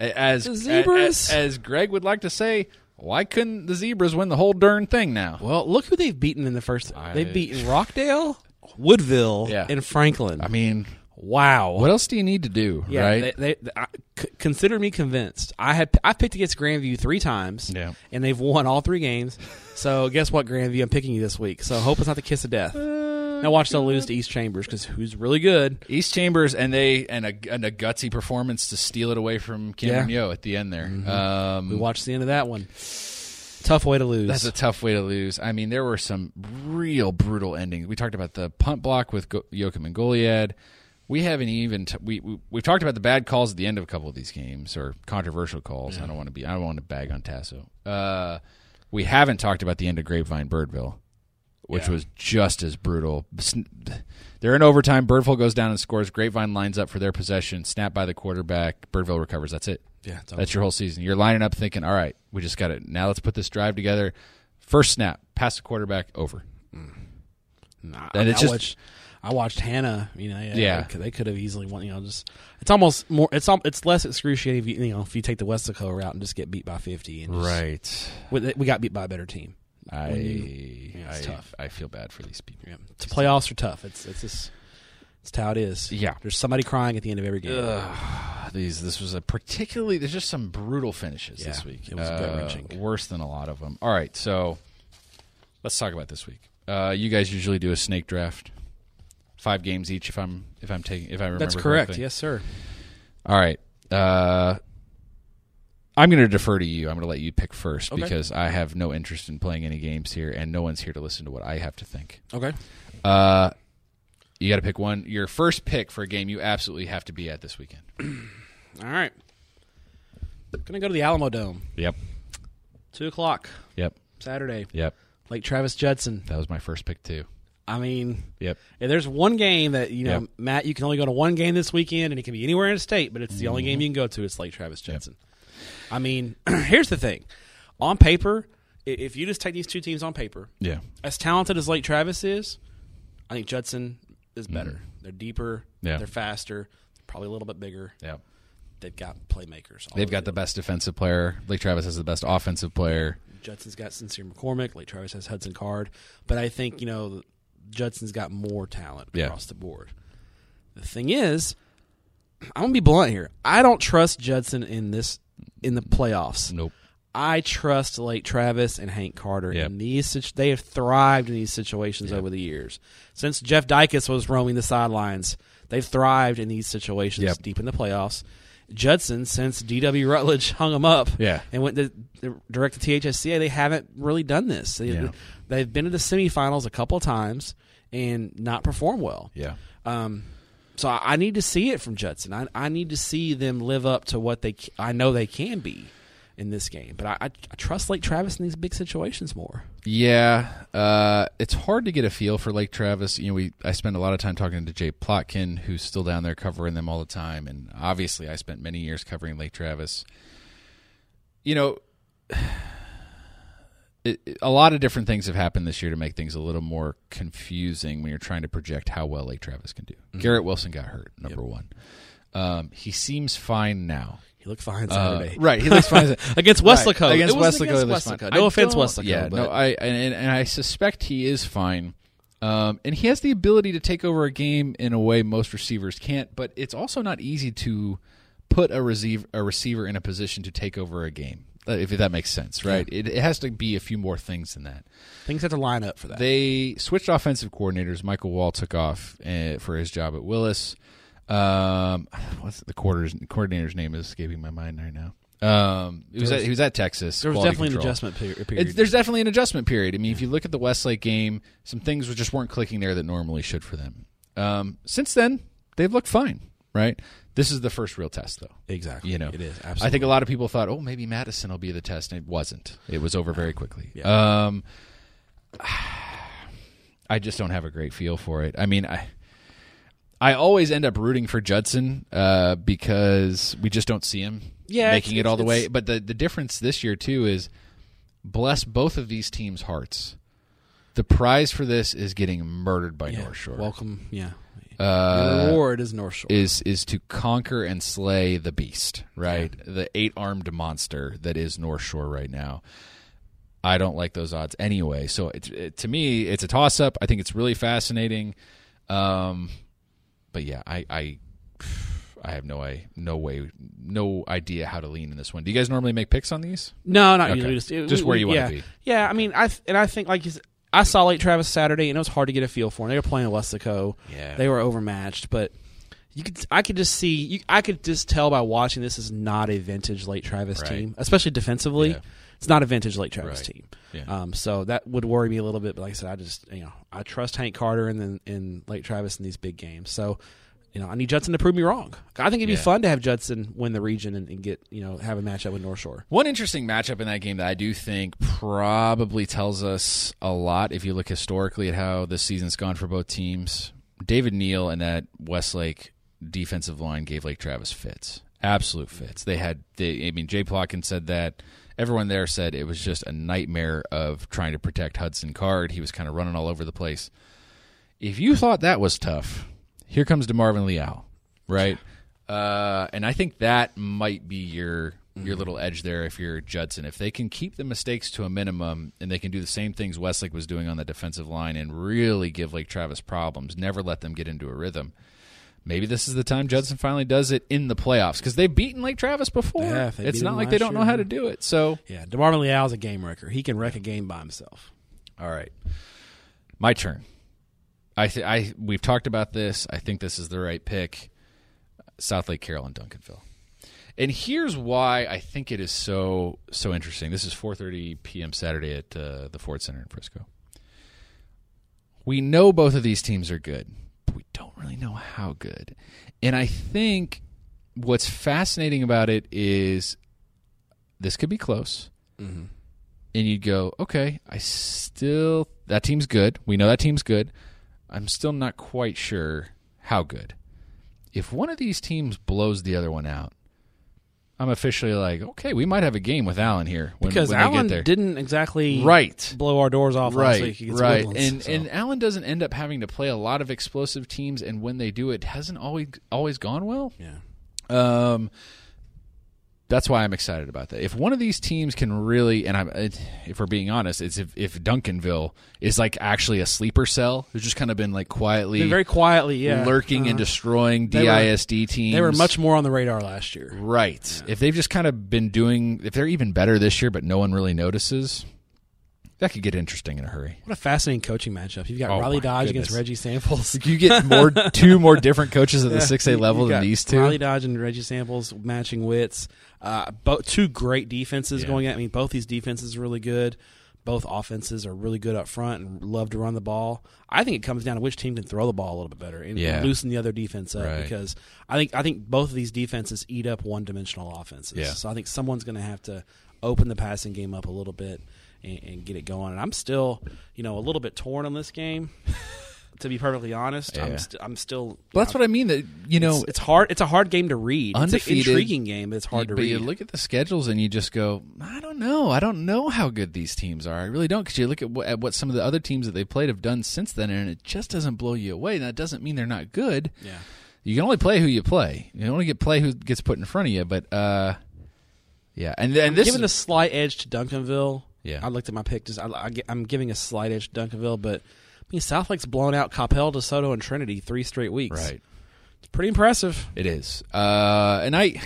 a- as
The Zebras.
a- a- as, Greg would like to say, why couldn't the zebras win the whole darn thing now?
Well, look who they've beaten in the first.
I-
They've beaten Rockdale, (laughs) Woodville,
Yeah.
and Franklin.
I mean,
wow.
what else do you need to do,
Yeah,
right?
They, they, I, c- consider me convinced. I had I picked against Grandview three times,
Yeah.
and they've won all three games. So guess what, Grandview? I'm picking you this week. So hope it's not the kiss of death. now watch they'll lose to East Chambers because who's really good?
East Chambers and they and a, and a gutsy performance to steal it away from Cameron Yo at the end there.
Mm-hmm.
Um,
We watched the end of that one. Tough way to lose.
That's a tough way to lose. I mean, there were some real brutal endings. We talked about the punt block with Go- Joachim and Goliad. We haven't even t- we, we we've talked about the bad calls at the end of a couple of these games or controversial calls. I don't want to be I don't want to bag on Tasso. Uh, we haven't talked about the end of Grapevine Birdville, which
Yeah.
was just as brutal. Sn- They're in overtime. Birdville goes down and scores. Grapevine lines up for their possession, snapped by the quarterback. Birdville recovers. That's it.
yeah, it's
That's your whole season. You're lining up thinking, all right, we just got it. Now let's put this drive together. First snap, pass the quarterback, over.
Nah,
And
I,
it's
I
just-
watched, I watched Hannah. You know, yeah,
Yeah.
they could- they could have easily won. You know, just it's almost more. It's al- it's less excruciating if you, you know if you take the West Dakota route and just get beat by fifty. And just-
Right.
we, we got beat by a better team.
I,
yeah, it's
I,
tough.
I feel bad for these people.
Yeah. It's playoffs are tough. It's it's just it's how it is.
Yeah.
There's somebody crying at the end of every game.
These this was a particularly there's just some brutal finishes this
Yeah,
week.
it was
Uh,
gut-wrenching.
Worse than a lot of them. All right, so let's talk about this week. Uh, you guys usually do a snake draft. Five games each if I'm if I'm taking if I remember
That's correct.
correctly.
Yes, sir.
All right. Uh, I'm going to defer to you. I'm going to let you pick first
Okay.
because I have no interest in playing any games here, and no one's here to listen to what I have to think.
Okay.
Uh, you got to pick one. Your first pick for a game you absolutely have to be at this weekend.
All right. Gonna go to the Alamo Dome.
Yep.
Two o'clock
Yep.
Saturday.
Yep.
Like Travis Judson.
That was my first pick too.
I mean,
Yep.
if there's one game that you know,
Yep.
Matt, you can only go to one game this weekend, and it can be anywhere in the state, but it's the only game you can go to. It's like Travis Judson. I mean, (clears throat) here's the thing: on paper, i- if you just take these two teams on paper,
Yeah.
as talented as Lake Travis is, I think Judson is better. They're deeper.
Yeah.
They're faster. Probably a little bit bigger.
Yep.
They've got playmakers. all
They've
over
got the best defensive player. Lake Travis has the best offensive player.
it. Judson's got Sincere McCormick. Lake Travis has Hudson Card. But I think you know Judson's got more talent
Yeah.
across the board. The thing is, I'm gonna be blunt here. I don't trust Judson in this in the playoffs.
Nope.
I trust Lake Travis and Hank Carter.
Yep.
in these situ- they have thrived in these situations over the years. Since Jeff Dykus was roaming the sidelines, they've thrived in these situations
Yep.
deep in the playoffs. Judson, since D.W. Rutledge (laughs) hung them up
Yeah.
and went to direct to THSCA, they haven't really done this. They,
Yeah.
They've been to the semifinals a couple of times and not perform well.
Yeah.
Um, so I I need to see it from Judson. I, I need to see them live up to what they c- I know they can be in this game. But I, I, I trust Lake Travis in these big situations more.
Yeah, uh, it's hard to get a feel for Lake Travis. You know, we I spend a lot of time talking to Jay Plotkin, who's still down there covering them all the time, and obviously I spent many years covering Lake Travis. You know, (sighs) it, it- a lot of different things have happened this year to make things a little more confusing when you're trying to project how well Lake Travis can do. Garrett Wilson got hurt, number one. Um, he seems fine now.
He looked fine
Uh,
Saturday
(laughs) right, he looks
(laughs)
fine.
against
Right,
Westlake.
Against
it
Westlake,
wasn't against
it was
Westlake.
fine.
No
I
offense,
don't-
Westlake.
Yeah,
but
no, I and, and I suspect he is fine. Um, and he has the ability to take over a game in a way most receivers can't, but it's also not easy to put a receiver a receiver in a position to take over a game. uh, If that makes sense, right? It, it has to be a few more things than that.
Things have to line up for that.
They switched offensive coordinators. Michael Wall took off uh, for his job at Willis. Um, what's the quarters, coordinator's name is escaping my mind right now. Um, he was,
There was-
at, he was at Texas.
there was
quality
definitely an
control.
adjustment peri- period.
It's, there's definitely an adjustment period. I mean, if you look at the Westlake game, some things were- just weren't clicking there that normally should for them. Um, since then, they've looked fine, right? This is the first real test, though.
exactly.
You know,
it is absolutely.
I think a lot of people thought, oh, maybe Madison will be the test, and it wasn't. It was over very quickly. Um, (sighs) I just don't have a great feel for it. I mean, I. I always end up rooting for Judson uh, because we just don't see him
Yeah,
making
it's-
it all the
it's-
way. But the, the difference this year too is bless both of these teams' hearts. The prize for this is getting murdered by
yeah.
North Shore.
Welcome. Yeah.
Uh,
the reward is North Shore.
is is to conquer and slay the beast, right? The eight armed monster that is North Shore right now. I don't like those odds anyway. So it, it, to me, it's a toss up. I think it's really fascinating. Um, but yeah, I, I (sighs) I have no I no way no idea how to lean in this one. Do you guys normally make picks on these?
No, not
Okay.
usually. Just, it-
Just
we-
where
we-
you wanna
yeah.
be.
Yeah, I mean, I th- and I think like you said, I saw Lake Travis Saturday, and it was hard to get a feel for. Them. They were playing Westaco.
Yeah.
they were overmatched, but you could I could just see you, I could just tell by watching this is not a vintage Lake Travis
Right.
team, especially defensively.
Yeah.
It's not a vintage Lake Travis
Right.
team.
Yeah.
Um, so that would worry me a little bit, but like I said, I just you know I trust Hank Carter and then in Lake Travis in these big games. So you know I need Judson to prove me wrong. I think it'd be
Yeah.
fun to have Judson win the region and, and get you know have a matchup with North Shore.
One interesting matchup in that game that I do think probably tells us a lot if you look historically at how this season's gone for both teams. David Neal and that Westlake defensive line gave Lake Travis fits. Absolute fits. They had they I mean Jay Plotkin said that. Everyone there said it was just a nightmare of trying to protect Hudson Card. He was kind of running all over the place. If you thought that was tough, here comes DeMarvin Leal, right? Uh, and I think that might be your your little edge there if you're Judson. If they can keep the mistakes to a minimum and they can do the same things Westlake was doing on the defensive line and really give Lake Travis problems, never let them get into a rhythm. Maybe this is the time Judson finally does it in the playoffs because they've beaten Lake Travis before.
They have. They
it's
beat
not
them
like they
last
don't know
year,
how
yeah.
to do it. So
Yeah, Demarvin Leal is a game wrecker. He can wreck a game by himself.
All right, my turn. I th- I we've talked about this. I think this is the right pick. South Lake Carroll and Duncanville. And here's why I think it is so so interesting. This is 4:30 p.m. Saturday at uh, the Ford Center in Frisco. We know both of these teams are good, but we don't really know how good. And I think what's fascinating about it is this could be close
Mm-hmm.
and you'd go, okay, I still that team's good. We know that team's good. I'm still not quite sure how good. If one of these teams blows the other one out, I'm officially like, okay, we might have a game with Allen here when,
Because
when
Allen
they get there.
didn't exactly
Right.
blow our doors off last
Right,
week against
right,
Woodlands,
and
so.
and Allen doesn't end up having to play a lot of explosive teams, and when they do, it hasn't always always gone well.
yeah,
Um, that's why I'm excited about that. If one of these teams can really, and I'm, it- if we're being honest, it's if, if Duncanville is like actually a sleeper cell who's just kind of been like quietly
Been very quietly, yeah,
lurking
Uh,
and destroying
were-
DISD teams.
They were much more on the radar last year.
right. If they've just kind of been doing, if they're even better this year, but no one really notices, that could get interesting in a hurry.
What a fascinating coaching matchup! You've got
Oh,
Riley
my
Dodge against
goodness.
Reggie Samples.
You get
(laughs)
more two more different coaches at the
Yeah,
six A
you-
level
you
than
got
these two.
Riley Dodge and Reggie Samples matching wits. Uh, both two great defenses
Yeah.
going at me. Both these defenses are really good. Both offenses are really good up front and love to run the ball. I think it comes down to which team can throw the ball a little bit better and
Yeah.
loosen the other defense up
Right.
because I think I think both of these defenses eat up one dimensional offenses.
Yeah.
So I think someone's going to have to open the passing game up a little bit and, and get it going. And I'm still, you know, a little bit torn on this game. (laughs) to be perfectly honest,
Yeah.
I'm, st- I'm still.
Well, that's what I mean. That you know,
Oh, It's, it's hard. It's a hard game to read. It's
Undefeated.
an intriguing game, but it's hard
You-
to
but
read.
you look at the schedules and you just go, I don't know. I don't know how good these teams are. I really don't. Because you look at what, at what some of the other teams that they played have done since then, and it just doesn't blow you away. That doesn't mean they're not good.
yeah,
You can only play who you play. You only get play who gets put in front of you. But uh, yeah, and and this
giving
is,
a slight edge to Duncanville.
Yeah.
I looked at my pick. Just I, I, am giving a slight edge to Duncanville, but mean, South Lake's blown out Coppell, DeSoto, and Trinity three straight weeks.
Right.
It's pretty impressive.
It is. Uh, and I,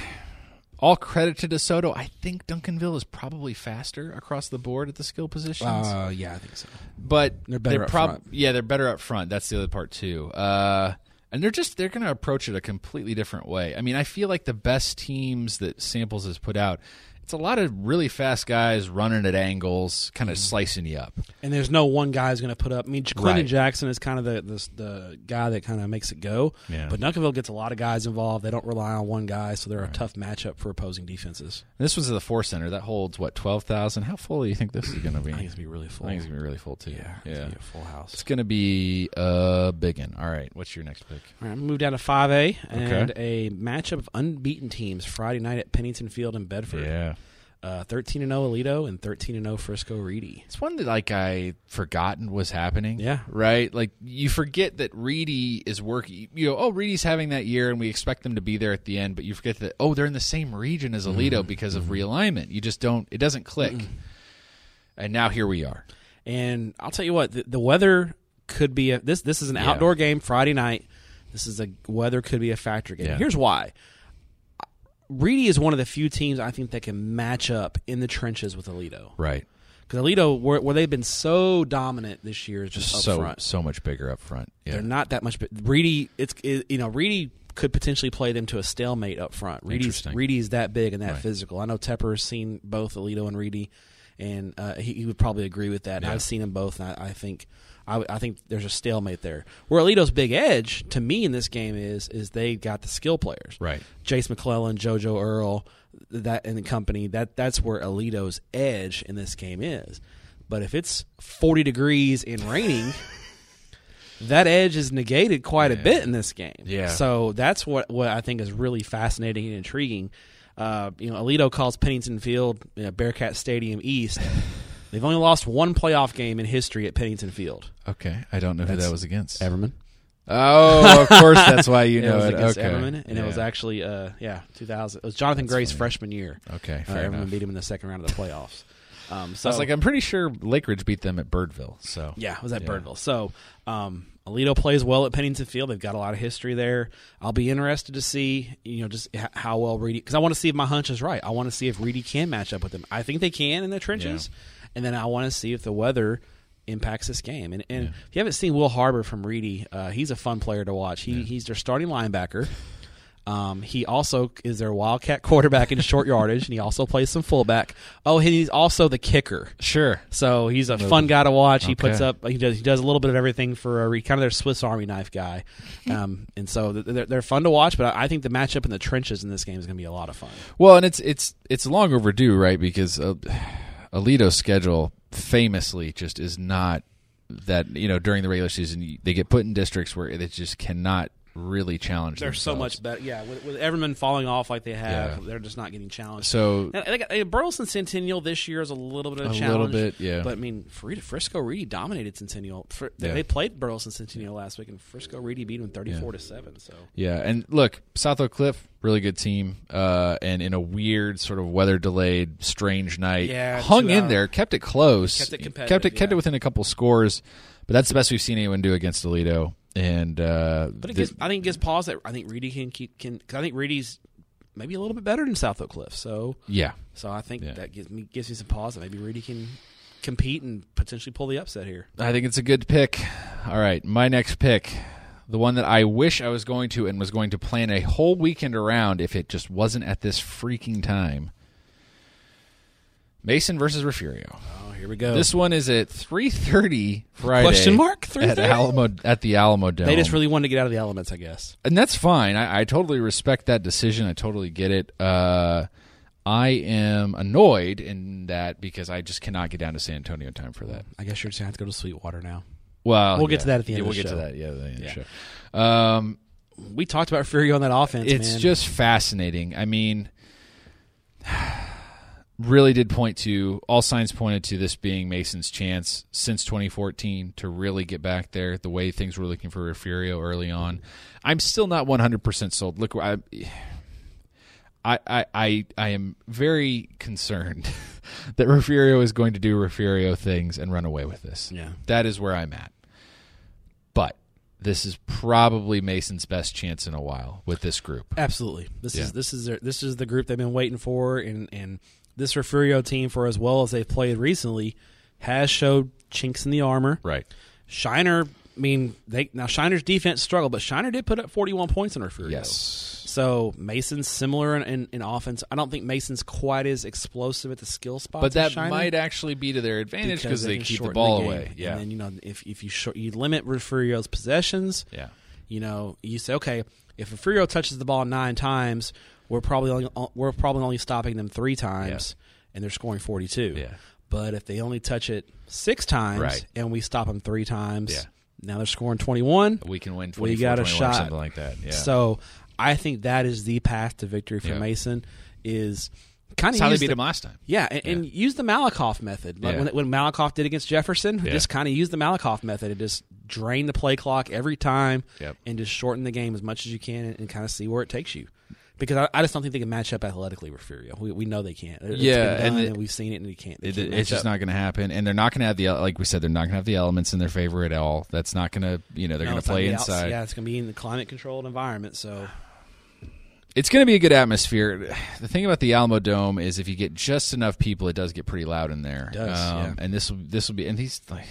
all credit to DeSoto. I think Duncanville is probably faster across the board at the skill positions,
Uh, yeah, I think so.
but
they're better up
prob-
front.
Yeah, they're better up front. That's the other part too. Uh, and they're just they're going to approach it a completely different way. I mean, I feel like the best teams that Samples has put out, it's a lot of really fast guys running at angles, kind
Mm-hmm.
of slicing you up.
And there's no one guy who's going to put up. I mean, Quentin
Right.
Jackson is kind of the, the the guy that kind of makes it go.
Yeah.
But Duncanville gets a lot of guys involved. They don't rely on one guy, so they're a tough matchup for opposing defenses.
This was the four center that holds what twelve thousand. How full do you think this is going to be?
I think it's going to be really full.
I think it's gonna be really full too.
yeah, it's
yeah.
gonna be a full house.
It's gonna be a big one. All right, what's your next pick?
All right, I'm gonna move down to five A and a matchup of unbeaten teams Friday night at Pennington Field in Bedford.
Yeah,
Uh, 13 and 0 Alito and 13 and 0 Frisco Reedy.
it's one that like I forgotten was happening.
Yeah.
right. Like you forget that Reedy is working. You know, oh, Reedy's having that year, and we expect them to be there at the end. But you forget that oh, they're in the same region as Alito
Mm-hmm.
because of realignment. You just don't. It doesn't click.
Mm.
And now here we are.
And I'll tell you what, the, the weather could be a, this. This is an
Yeah.
outdoor game Friday night. This is a weather could be a factor game.
Yeah.
Here's why. Reedy is one of the few teams I think that can match up in the trenches with Alito
Right.
because Alito where, where they've been so dominant this year is just up
so
front.
so much bigger up front. Yeah.
They're not that much. But Reedy, it's it, you know Reedy could potentially play them to a stalemate up front. Reedy's
Interesting.
Reedy's that big and that
Right.
physical. I know Tepper has seen both Alito and Reedy, and uh, he, he would probably agree with that. And
Yeah.
I've seen them both, and I, I think I, would- I think there's a stalemate there. Where Alito's big edge to me in this game is is they got the skill players.
Right.
Jace McClellan, JoJo Earl, that and the company. That that's where Alito's edge in this game is. But if it's 40 degrees and raining, that edge is negated quite a bit in this game.
Yeah.
So that's what what I think is really fascinating and intriguing. Uh, you know, Alito calls Pennington Field you know, Bearcat Stadium
(sighs)
East. They've only lost one playoff game in history at Pennington Field.
Okay. I don't know who that was against.
Everman.
Oh, of course. That's why you
(laughs) It
know
was
it.
against
okay.
Everman, and it was
Yeah.
actually uh, yeah, 2000. It was Jonathan Gray's freshman year.
Okay,
Uh,
fair
Everman
enough.
beat him in the second round of the playoffs. Um, so
I was like, I'm pretty sure Lake Ridge beat them at Birdville. So
Yeah, it was at
Yeah.
Birdville. So um, Alito plays well at Pennington Field. They've got a lot of history there. I'll be interested to see, you know, just h- how well Reedy because I want to see if my hunch is right. I want to see if Reedy can match up with them. I think they can in the trenches, and then I want to see if the weather impacts this game. And, and if you haven't seen Will Harbor from Reedy, uh, he's a fun player to watch. He he's their starting linebacker. Um, he also is their Wildcat quarterback in short yardage, and he also plays some fullback. Oh, and he's also the kicker.
sure.
So he's a fun guy to watch. He puts
Okay.
up, he does, he does a little bit of everything for a re- kind of their Swiss Army
(laughs)
knife guy, um, and so th- they're, they're fun to watch. But I I think the matchup in the trenches in this game is going to be a lot of fun.
Well, and it's it's it's long overdue, right? Because uh, Alito's schedule famously just is not that you know during the regular season you- they get put in districts where they just cannot really challenge.
They're so
themselves.
much better. Yeah, with, with Everman falling off like they
Yeah.
have, they're just not getting challenged.
So
And I think uh, Burleson Centennial this year is a little bit of a,
A
challenge.
little bit, yeah.
But I mean, Frida, Frisco Reedy dominated Centennial. Fr-
Yeah.
They played Burleson Centennial last week, and Frisco Reedy beat them thirty-four to seven. So
Yeah, and look, South Oak Cliff, really good team, uh, and in a weird sort of weather delayed, strange night,
Yeah,
hung
two
in
hour-
there, kept it close,
Kept it competitive,
kept it, kept it
yeah.
within a couple scores, but that's the best we've seen anyone do against Toledo, and uh,
But it
the-
gives, I think it gives pause that I think Reedy can keep can because I think Reedy's maybe a little bit better than South Oak Cliff. So
yeah,
so I think
Yeah.
that gives me gives me some pause that maybe Reedy can compete and potentially pull the upset here.
I think it's a good pick. All right, my next pick, the one that I wish I was going to and was going to plan a whole weekend around if it just wasn't at this freaking time. Mason versus Refurio.
Oh, here we go.
This one is at three thirty Friday.
Question mark?
at
3:30?
Alamo at the Alamo Dome.
they just really wanted to get out of the elements, I guess.
and that's fine. I, I totally respect that decision. I totally get it. Uh, I am annoyed in that because I just cannot get down to San Antonio in time for that.
I guess you're just gonna have to go to Sweetwater now.
Well,
We'll get
yeah.
to that at the end
Yeah,
of
we'll
the
get to
show.
that. Yeah, at the end of the show. Um,
We talked about Furio on that offense.
it's
man.
just fascinating. I mean, (sighs) really did point to all signs pointed to this being Mason's chance since 2014 to really get back there. The way things were looking for Refurio early on, I'm still not 100 percent sold. Look, I, I, I, I, I am very concerned (laughs) that Refurio is going to do Refurio things and run away with this.
yeah.
That is where I'm at. this is probably Mason's best chance in a while with this group.
Absolutely. This
Yeah.
is this is their, this is the group they've been waiting for, and and this Refurio team, for as well as they've played recently, has showed chinks in the armor.
Right.
Shiner, I mean, they now Shiner's defense struggled, but Shiner did put up 41 points in Refurio.
Yes.
So Mason's similar in, in, in offense. I don't think Mason's quite as explosive at the skill spot,
But that
Shiner
might actually be to their advantage because they,
can
keep the
shorten
ball
game.
away. Yeah.
and then you know if if you short, you limit Refurio's possessions,
yeah.
you know, you say, okay, if a free throw touches the ball nine times, we're probably only, uh, we're probably only stopping them three times, and they're scoring forty two.
Yeah.
But if they only touch it six times,
Right.
and we stop them three times,
Yeah.
now they're scoring twenty one.
We can win 24
We got a
21
shot.
or something like that. Yeah.
So I think that is the path to victory for
Yeah.
Mason. Is kind
That's
of
how they beat them last time.
yeah, and, and use the Malakoff method. Like
Yeah.
when, when Malakoff did against Jefferson,
Yeah.
just kind of use the Malakoff method and just drain the play clock every time
Yep.
and just shorten the game as much as you can and, kind of see where it takes you. Because I, I just don't think they can match up athletically with Furio. We, we know they can't. It's been
Yeah, and
done
it-
we've seen it, and we can't. They
It,
can't
it's
match
just
up.
not going to happen, and they're not going to have the ele- like we said, they're not going to have the elements in their favor at all. That's not going to you know they're
No,
going
it's
to
gonna
play
be outs-
inside.
yeah, it's going to be in the climate controlled environment. So
It's going to be a good atmosphere. The thing about the Alamo Dome is if you get just enough people, it does get pretty loud in there. Um,
It does, yeah.
And this will this will be and these like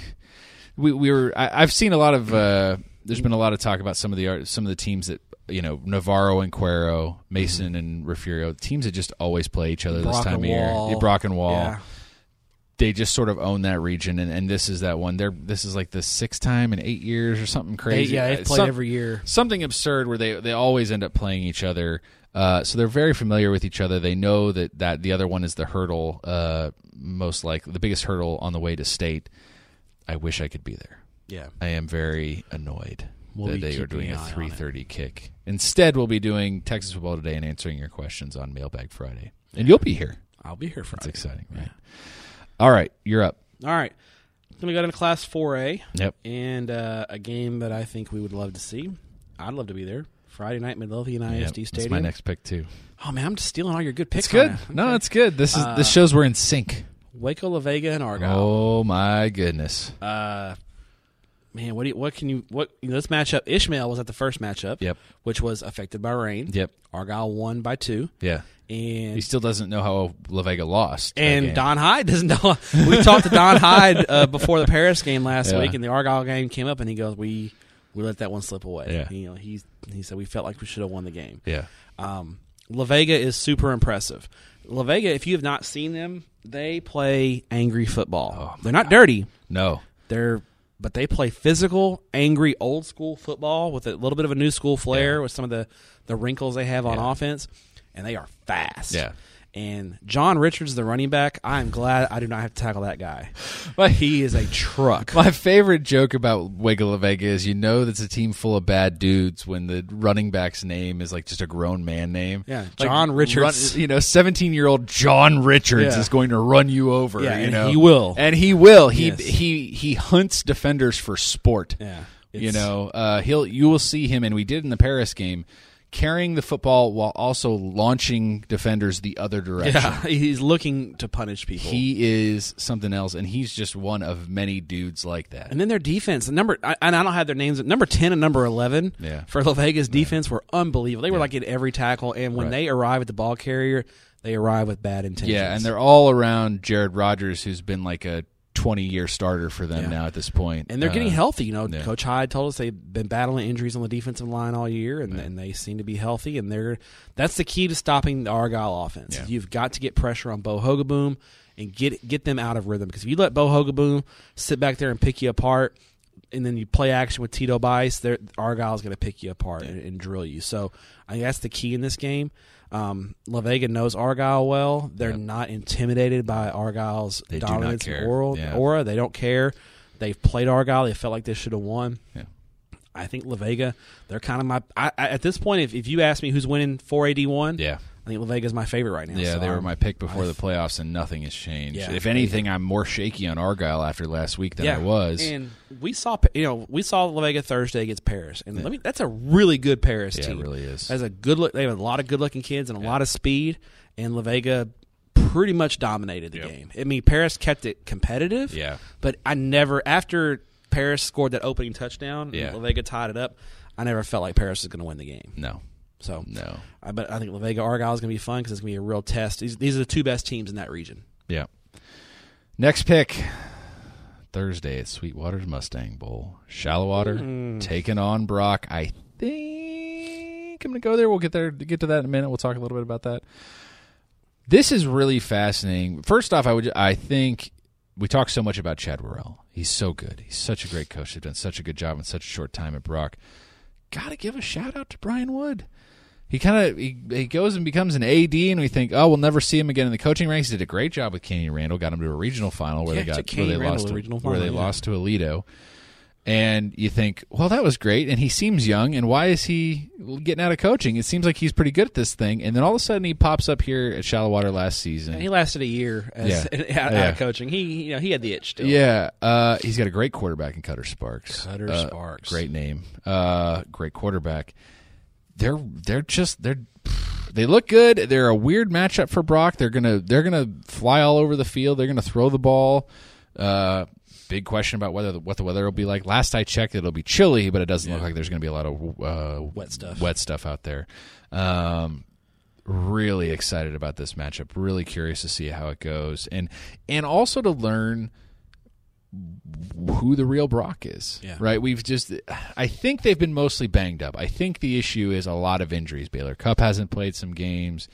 we we were I, I've seen a lot of uh, there's been a lot of talk about some of the art- some of the teams that you know Navarro and Cuero, Mason and Refurio, teams that just always play each other this
Mm-hmm. Brock
time
and
of year.
Wall.
Yeah, Brock and Wall.
Yeah.
They just sort of own that region, and, and this is that one. They're this is like the sixth time in eight years or something
they,
crazy.
yeah,
Uh,
they've played
some-
every year.
something absurd where they they always end up playing each other. Uh, so they're very familiar with each other. They know that, that the other one is the hurdle, uh, most likely the biggest hurdle on the way to state. I wish I could be there.
Yeah.
I am very annoyed
We'll
that
be
they are
keeping
doing
an
a
eye on it.
3:30 kick. Instead, we'll be doing Texas football today and answering your questions on Mailbag Friday. And you'll be here.
I'll be here for
It's exciting, right? All right, you're up.
All right. Then we got into class 4A.
Yep.
and uh, a game that I think we would love to see. I'd love to be there. Friday night, Midlothian
Yep,
ISD
That's
Stadium.
my next pick too.
Oh man, I'm just stealing all your good picks.
It's good.
aren't I?
No,
Okay.
it's good. This is this
Uh,
shows we're in sync.
Waco, La Vega, and Argyle.
Oh my goodness.
Uh, man, what do you, what can you what you know, this matchup? Ishmael was at the first matchup.
Yep.
which was affected by rain.
Yep.
Argyle won by two,
Yeah. He
and
still doesn't know how La Vega lost. that game.
and Don Hyde doesn't know. (laughs) We talked to Don Hyde uh, before the Paris game last
Yeah.
week, and the Argyle game came up, and he goes, "We we let that one slip away."
Yeah.
you know, he he said we felt like we should have won the game.
Yeah.
Um, La Vega is super impressive. La Vega, if you have not seen them, they play angry football. They're not dirty.
No.
They're but they play physical, angry, old school football with a little bit of a new school flair with some of the the wrinkles they have on
Yeah.
offense, and they are fast.
Yeah.
And John Richards, the running back, I'm glad I do not have to tackle that guy. But he is a truck.
My favorite joke about Wiggle La Vega is you know that's a team full of bad dudes when the running back's name is like just a grown man name.
Yeah,
Like,
John Richards.
run- you know, 17 year old John Richards
Yeah.
is going to run you over.
Yeah,
you
and
know?
he will.
And he will. He,
Yes.
he, he hunts defenders for sport.
(laughs) Yeah,
You
it's-
know, uh, he'll you will see him, and we did in the Paris game, carrying the football while also launching defenders the other direction.
yeah, (laughs) he's looking to punish people.
He is something else, and he's just one of many dudes like that.
And then their defense, the number, I, and I don't have their names. Number ten and number eleven
Yeah.
for La Vega's defense were unbelievable. They were like in every tackle, and when
Right.
they arrive at the ball carrier, they arrive with bad intentions.
yeah, and they're all around Jared Rogers, who's been like a twenty-year starter for them
Yeah.
now at this point.
and they're getting
Uh,
healthy. You know,
yeah.
Coach Hyde told us they've been battling injuries on the defensive line all year, and, and they seem to be healthy. And they're that's the key to stopping the Argyle offense.
Yeah.
You've got to get pressure on Bo Hogaboom and get get them out of rhythm because if you let Bo Hogaboom sit back there and pick you apart. And then you play action with Tito Bice. they're- Argyle's going to pick you apart and, and drill you. So I think that's the key in this game. Um, La Vega knows Argyle well. They're not intimidated by Argyle's
They do not
dominance and
care.
oral-
Yeah.
aura. They don't care. They've played Argyle. They felt like they should have won.
Yeah.
I think La Vega, they're kind of my. I, I, at this point, if, if you ask me who's winning 481,
yeah,
I think La Vega's my favorite right now.
yeah,
So
they were
I'm-
my pick before the playoffs, and nothing has changed.
Yeah.
if anything, I'm more shaky on Argyle after last week than
Yeah,
I was.
And we saw, you know, we saw La Vega Thursday against Paris, and let me, that's a really good Paris
yeah,
team.
it really is.
That's a good look. They have a lot of good looking kids and a lot of speed, and La Vega pretty much dominated the
Yep.
game. I mean, Paris kept it competitive.
Yeah.
But I never after Paris scored that opening touchdown,
Yeah.
and Lavega tied it up. I never felt like Paris was going to win the game.
No,
So
no.
I bet I think Lavega Argyle is going to be fun because it's going to be a real test. These, these are the two best teams in that region.
Yeah. Next pick Thursday at Sweetwater's Mustang Bowl. Shallowwater
Mm-hmm. Mm.
taking on Brock. I think I'm going to go there. We'll get there get to that in a minute. We'll talk a little bit about that. This is really fascinating. First off, I would I think we talk so much about Chad Worrell. He's so good. He's such a great coach. They've done such a good job in such a short time at Brock. Got to give a shout out to Brian Wood he kind of he, he goes and becomes an AD, and we think, oh, we'll never see him again in the coaching ranks. He did a great job with Kenny Randall, got him to a regional final where
Yeah,
they got
took
where
Kenny
they
Randall
lost
to
to,
a regional
where they
final, yeah.
lost to Alito, and you think, well, that was great, and he seems young, and why is he getting out of coaching? It seems like he's pretty good at this thing, and then all of a sudden he pops up here at Shallowwater last season.
And he lasted a year as
Yeah.
(laughs) out, out
Yeah.
of coaching. He you know he had the itch. Still.
Yeah, uh, he's got a great quarterback in Cutter Sparks.
Cutter
Uh,
Sparks.
great name, uh, great quarterback. They're they're just they're they look good. They're a weird matchup for Brock. They're gonna they're gonna fly all over the field. They're gonna throw the ball. Uh, big question about whether the, what the weather will be like. Last I checked, it'll be chilly, but it doesn't look like there's gonna be a lot of uh,
Wet stuff.
wet stuff out there. Um, really excited about this matchup. Really curious to see how it goes, and and also to learn who the real Brock is.
Yeah.
Right? We've just I think they've been mostly banged up. I think the issue is a lot of injuries. Baylor Cup hasn't played some games.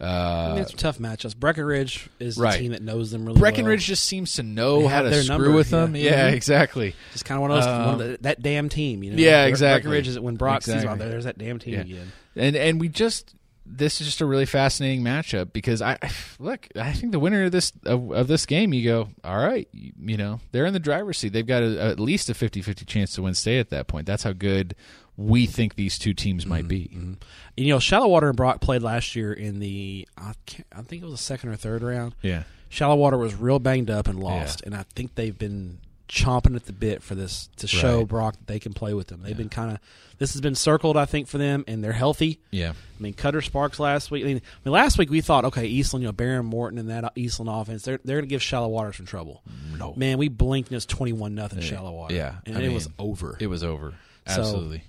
I mean,
Uh
it's tough matchups. Breckenridge is the
Right.
team that knows them really
Breckenridge just seems to know
They
how
have
to
their
screw
number,
with
yeah.
them. Yeah,
Mhm.
exactly.
Just kind of one of those one
Um,
of the, that damn team. You know,
yeah,
Bre-
exactly.
Breckenridge is when Brock sees
Exactly.
oh, there's that damn team
Yeah.
again.
And and we just this is just a really fascinating matchup because I I- look I think the winner of this of, of this game you go all right you, you know they're in the driver's seat they've got a, at least a 50-50 chance to win state at that point that's how good we think these two teams might be
And, you know, Shallowwater and Brock played last year in the I, can't, I think it was the second or third round.
yeah
Shallowwater was real banged up and lost, and I think they've been chomping at the bit for this to show
Right.
Brock that they can play with them. They've been kind of this has been circled, I think, for them, and they're healthy.
yeah
I mean, Cutter Sparks last week. I mean, I mean, last week we thought, okay, Eastland, you know, Baron Morton and that Eastland offense, they're they're going to give Shallowwater some trouble.
no
Man, we blinked and it's twenty one nothing Shallowwater.
yeah,
and
I
it was
mean,
over.
It was over.
So-
Absolutely.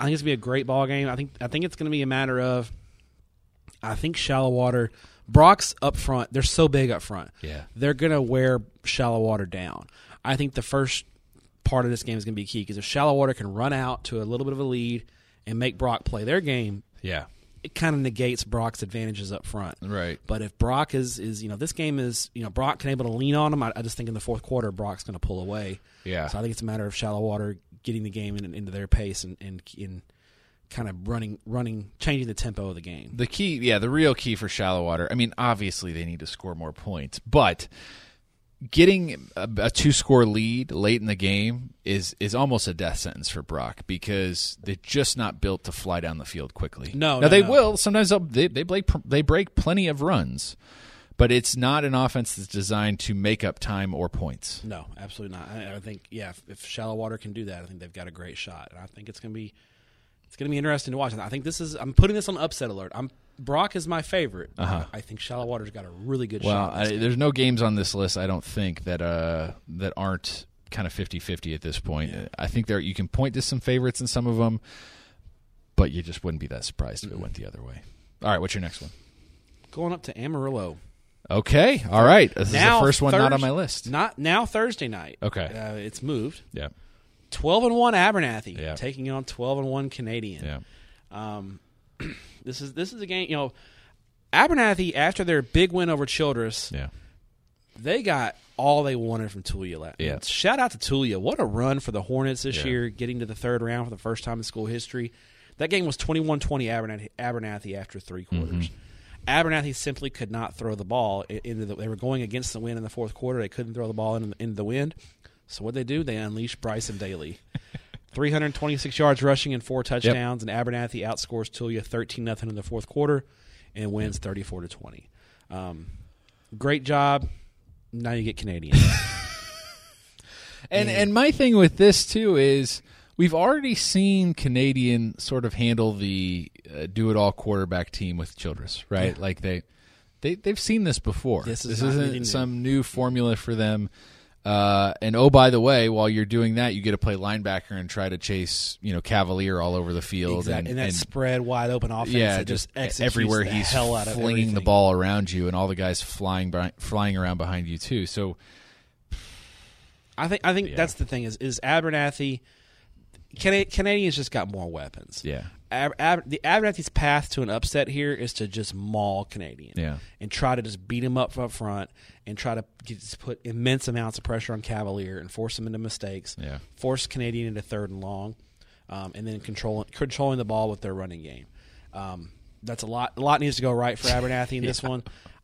I think it's gonna be a great ball game. I think I think it's gonna be a matter of I think shallow water Brock's up front, they're so big up front.
yeah.
They're gonna wear shallow water down. I think the first part of this game is gonna be key because if shallow water can run out to a little bit of a lead and make Brock play their game,
Yeah.
it kind of negates Brock's advantages up front.
Right.
But if Brock is is you know this game is you know Brock can able to lean on him. I, I just think in the fourth quarter Brock's going to pull away.
Yeah.
So I think it's a matter of shallow water getting the game in, into their pace and and, and kind of running running changing the tempo of the game.
The key, yeah, the real key for shallow water. I mean, obviously they need to score more points, but getting a, a two-score lead late in the game is is almost a death sentence for Brock because they're just not built to fly down the field quickly.
No,
now
no,
they
no.
will. Sometimes they'll- they they break they break plenty of runs, but it's not an offense that's designed to make up time or points.
No, absolutely not. I, I think yeah, if, if shallow water can do that, I think they've got a great shot. And I think it's going to be it's going to be interesting to watch. And I think this is I'm putting this on upset alert. I'm Brock is my favorite. Uh-huh. I think shallow water's got a really good
Well,
shot.
I, there's no games on this list, I don't think, that uh, that aren't kind of 50-50 at this point. I think there you can point to some favorites in some of them, but you just wouldn't be that surprised if it went the other way. All right, what's your next one?
Going up to Amarillo.
Okay, all right. This is
Now
the first one not on
Thurs-
my list.
Not now Thursday night.
Okay.
uh, it's moved.
Yeah,
Twelve and one Abernathy
Yeah.
taking on twelve and one Canadian.
yeah,
Um, (clears throat) this is this is a game. You know, Abernathy after their big win over Childress,
yeah.
they got all they wanted from Tulia. la-
Yeah.
Shout out to Tulia. What a run for the Hornets this
Yeah.
year, getting to the third round for the first time in school history. That game was 21 20 Abernathy, Abernathy after three
Mm-hmm.
quarters. Abernathy simply could not throw the ball i- into the. They were going against the wind in the fourth quarter. They couldn't throw the ball into the, into the wind. So what they do? They unleash
(laughs)
Bryson Daly, 326 yards rushing and four touchdowns, and Abernathy outscores Tulia 13 nothing in the fourth quarter, and wins 34 to 20. Um, great job. Now you get
(laughs)
Canadian.
And and my thing with this too is we've already seen Canadian sort of handle the uh, do it all quarterback team with Childress, right? Like they they they've seen this before.
This is not
isn't
anything new.
some new formula for them. Uh, and oh, by the way, while you're doing that, you get to play linebacker and try to chase, you know, Cavalier all over the field.
Exactly. And,
And,
that
and-
spread wide open offense.
yeah, e-,
that just, executes
everywhere
the
he's
hell out of
flinging the
everything.
ball around you, and all the guys flying by, flying around behind you too. So
I think I think that's the thing is is Abernathy. Cana- Canadians just got more weapons.
yeah,
Ab- Ab- the Abernathy's path to an upset here is to just maul Canadian.
Yeah.
And try to just beat him up up front and try to get, just put immense amounts of pressure on Cavalier and force him into mistakes.
Yeah.
Force Canadian into third and long, um, and then controlling controlling the ball with their running game. Um, that's a lot. A lot needs to go right for
(laughs)
Abernathy in this one.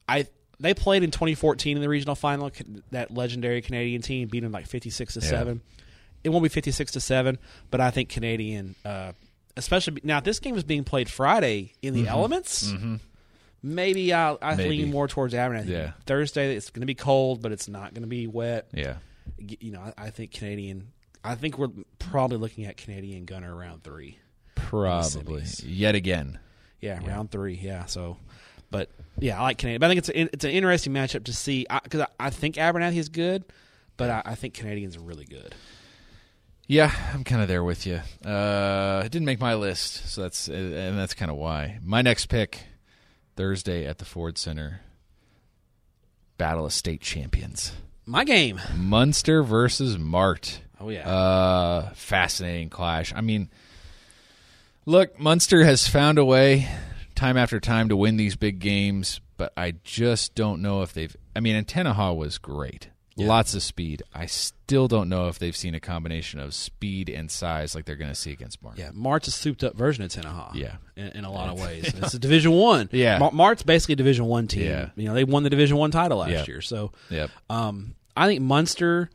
I they played in 2014 in the regional final. That legendary Canadian team beat them like 56 to seven. It won't be 56 to 7, but I think Canadian, uh, especially now, if this game is being played Friday in the elements. Maybe I'll, I
Mm-hmm. Maybe.
lean more towards Abernathy.
Yeah.
Thursday, it's going to be cold, but it's not going to be wet.
yeah,
G- You know, I, I think Canadian, I think we're probably looking at Canadian Gunner round three.
probably yet again.
Yeah, round three. Yeah, so. But yeah, I like Canadian. But I think it's a, it's an interesting matchup to see because I, I, think Abernathy is good, but I, I think Canadian's really good.
Yeah, I'm kind of there with you. Uh, I didn't make my list, so that's and that's kind of why. My next pick Thursday at the Ford Center. Battle of State Champions.
My game.
Munster versus Mart.
Oh yeah.
Uh, fascinating clash. I mean, look, Munster has found a way time after time to win these big games, but I just don't know if they've. I mean, Antenaha was great. Lots of speed. I still don't know if they've seen a combination of speed and size like they're going to see against Mark.
Yeah, Mart's a souped up version of Tenaha.
Yeah.
in, in a lot of
(laughs)
ways. it's a Division One.
Yeah.
Mar- Mart's basically a Division One team.
Yeah.
you know they won the Division One title last
Yeah.
year. So,
Yep.
um, I think Munster,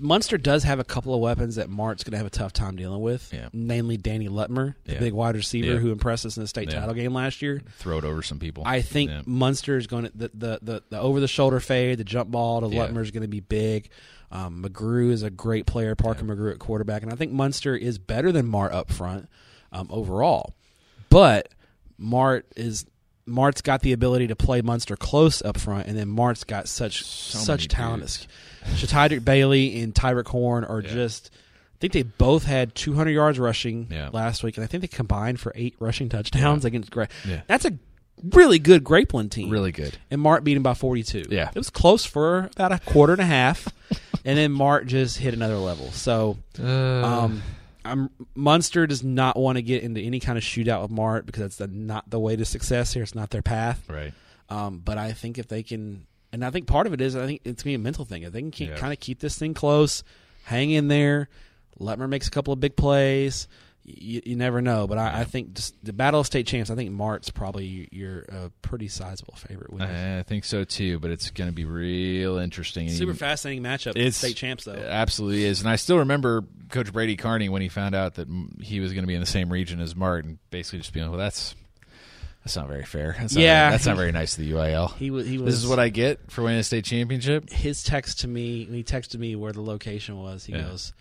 Munster does have a couple of weapons that Mart's going to have a tough time dealing with.
Yeah.
namely Danny Lutmer, the
Yeah.
big wide receiver
Yeah.
who impressed us in the state
Yeah.
title game last year.
Throw it over some people.
I think
Yeah.
Munster is going to the the, the, the over the shoulder fade, the jump ball to
Yeah.
Lutmer is going to be big. Um, McGrew is a great player, Parker McGrew at quarterback, and I think Munster is better than Mart up front um, overall. But Mart is Mart's got the ability to play Munster close up front, and then Mart's got such such
many
talent.
dudes.
Shatidrick Bailey and Tyrick Horn are just. I think they both had 200 yards rushing
Yeah.
last week, and I think they combined for eight rushing touchdowns against Gray.
Yeah.
That's a really good Grapeland team.
Really good.
And Mart beat him by 42.
Yeah.
It was close for about a quarter and a half, (laughs) and then Mart just hit another level. So
Uh.
um, I'm, Munster does not want to get into any kind of shootout with Mart because that's the, not the way to success here. It's not their path.
right.
Um, but I think if they can, and I think part of it is, I think it's gonna be a mental thing. If they can
Yeah.
kind of keep this thing close, hang in there. Letmer makes a couple of big plays. You, you never know, but I, I think just the Battle of State Champs. I think Mart's probably your uh, pretty sizable favorite. Winner.
I I think so too, but it's going to be real interesting. And
Super
you-
fascinating matchup.
It's-
State Champs though.
It absolutely is. And I still remember Coach Brady Carney when he found out that mm, he was going to be in the same region as Martin, basically just being like, well, that's that's not very fair. That's not
Yeah.
very- that's not very nice to the UIL.
He was. He was.
this is what I get for winning a state championship.
his text to me when he texted me where the location was. He
Yeah.
goes,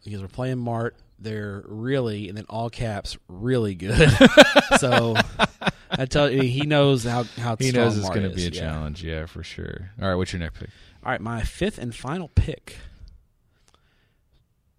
he goes, we're playing Mart. They're really and then all caps really good. (laughs) so I tell you, he knows how how
He
strong
knows it's
Mart
going to
is,
be a
yeah.
challenge. Yeah, for sure. All right, what's your next pick?
All right, my fifth and final pick.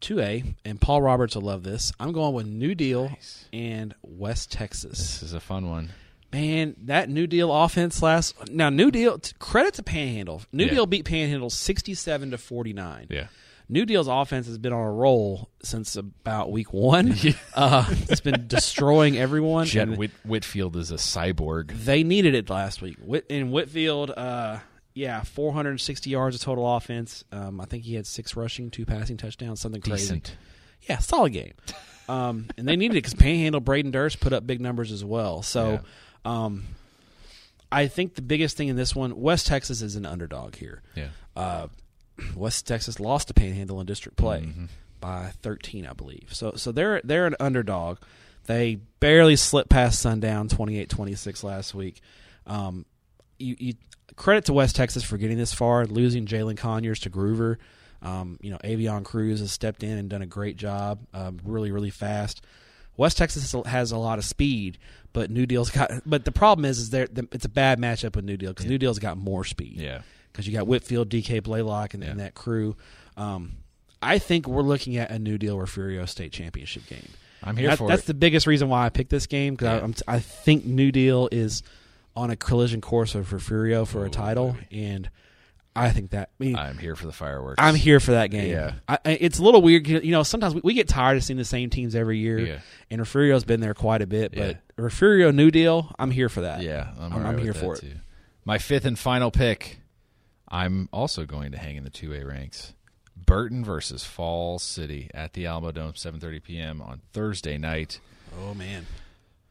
2A, and Paul Roberts will love this. I'm going with New Deal and West Texas.
This is a fun one.
Man, that New Deal offense last. Now, New Deal, t- credit to Panhandle. New
Yeah.
Deal beat Panhandle 67 to 49.
Yeah.
New Deal's offense has been on a roll since about
(laughs)
week one. uh, it's been destroying everyone.
Jet
and
Whit- Whitfield is a cyborg.
they needed it last week. Whit- in Whitfield, uh, yeah, 460 yards of total offense. Um, I think he had six rushing, two passing touchdowns, something crazy.
Decent.
Yeah, solid game. Um, and they needed it because Panhandle, Braden Durst put up big numbers as well. So um, I think the biggest thing in this one, West Texas is an underdog here.
Yeah.
Uh, West Texas lost to Panhandle in district play by 13, I believe. So so they're they're an underdog. They barely slipped past Sundown 28-26 last week. Um, you, you credit to West Texas for getting this far, losing Jalen Conyers to Groover. Um, you know, Avion Cruz has stepped in and done a great job, um, really really fast. West Texas has a lot of speed, but New Deal's got. But the problem is, is there it's a bad matchup with New Deal because New Deal's got more speed
Yeah.
because you got Whitfield, DK Blaylock, and, and
Yeah.
that crew. Um, I think we're looking at a New Deal or Furio State Championship game.
I'm here
That-
for
that's
it.
the biggest reason why I picked this game because
Yeah.
I'm t- I think New Deal is on a collision course over Furio for
Ooh,
a title, and I think that. I mean,
I'm here for the fireworks.
I'm here for that game.
Yeah.
I, I- it's a little weird. 'cause, You know, sometimes we, we get tired of seeing the same teams every year.
Yeah.
And Refurio's been there quite a bit, but
Yeah.
Refurio New Deal, I'm here for that.
Yeah, I'm,
I'm-
alright
I'm
with
here
that,
for it.
Too. My fifth and final pick. I'm also going to hang in the two A ranks. Burton versus Fall City at the Alamo Dome, 7:30 p.m. on Thursday night.
Oh man.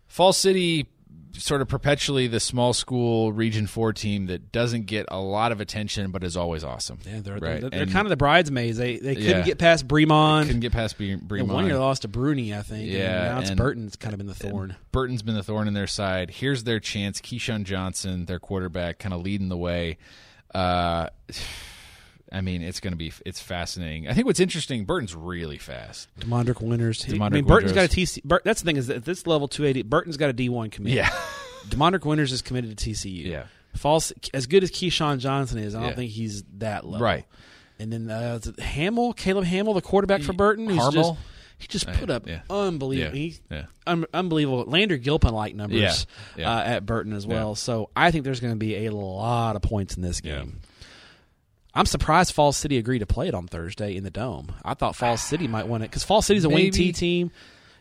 Fall City sort of perpetually the small school Region Four team that doesn't get a lot of attention, but is always awesome.
Yeah, they're
Right,
they're, they're
and-
kind of the bridesmaids. They they couldn't
Yeah.
get past Bremont.
Couldn't get past Bre-
And one
Bremont.
year they lost to Bruni, I think. and
Yeah,
now it's
and-
Burton's kind of been the thorn.
Burton's been the thorn in their side. Here's their chance. Keyshawn Johnson, their quarterback, kind of leading the way. Uh, (sighs) I mean, it's going to be it's fascinating. I think what's interesting, Burton's really fast.
Demondrick Winters. he- I
Demondrick
mean, Burton's got a
Winters.
TC. Bur- that's the thing is that at this level 280, Burton's got a D1 commitment. Demondrick Winters is committed to TCU.
Yeah.
False as good as Keyshawn Johnson is, I don't
Yeah.
think he's that level.
(laughs) Right.
And then uh, is it Hamill, Caleb Hamill, the quarterback for Burton, who's
Harmel? Uh,
just he just put up
yeah.
unbelievable,
Yeah.
he,
Yeah.
un- unbelievable Lander Gilpin like numbers
Yeah. Yeah.
Uh, at Burton as well. So I think there's going to be a lot of points in this
Yeah.
game. I'm surprised Fall City agreed to play it on Thursday in the dome. I thought Fall City might win it because Fall City's a wing
Maybe.
T team.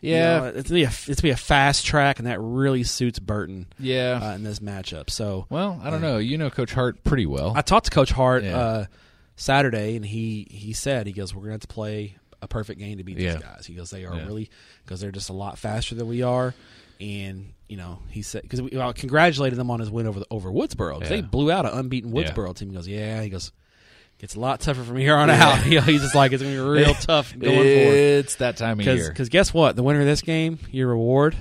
You
Yeah.
know, it's gonna be a it's gonna be a fast track, and that really suits Burton
Yeah.
uh, in this matchup. So
well, I don't know. You know Coach Hart pretty well.
I talked to Coach Hart
Yeah.
uh, Saturday, and he he said he goes, "We're gonna have to play a perfect game to beat
Yeah.
these guys." He goes, "They are
Yeah.
really because they're just a lot faster than we are." And you know, he said because we well, congratulated them on his win over the, over Woodsboro. 'cause They
Yeah.
blew out an unbeaten
Yeah.
Woodsboro team. He goes, "Yeah." He goes, "It's a lot tougher from here on out." (laughs) You know, he's just like, "It's gonna
(laughs)
be real tough going forward."
it's that time of year.
Because guess what? The winner of this game, your reward,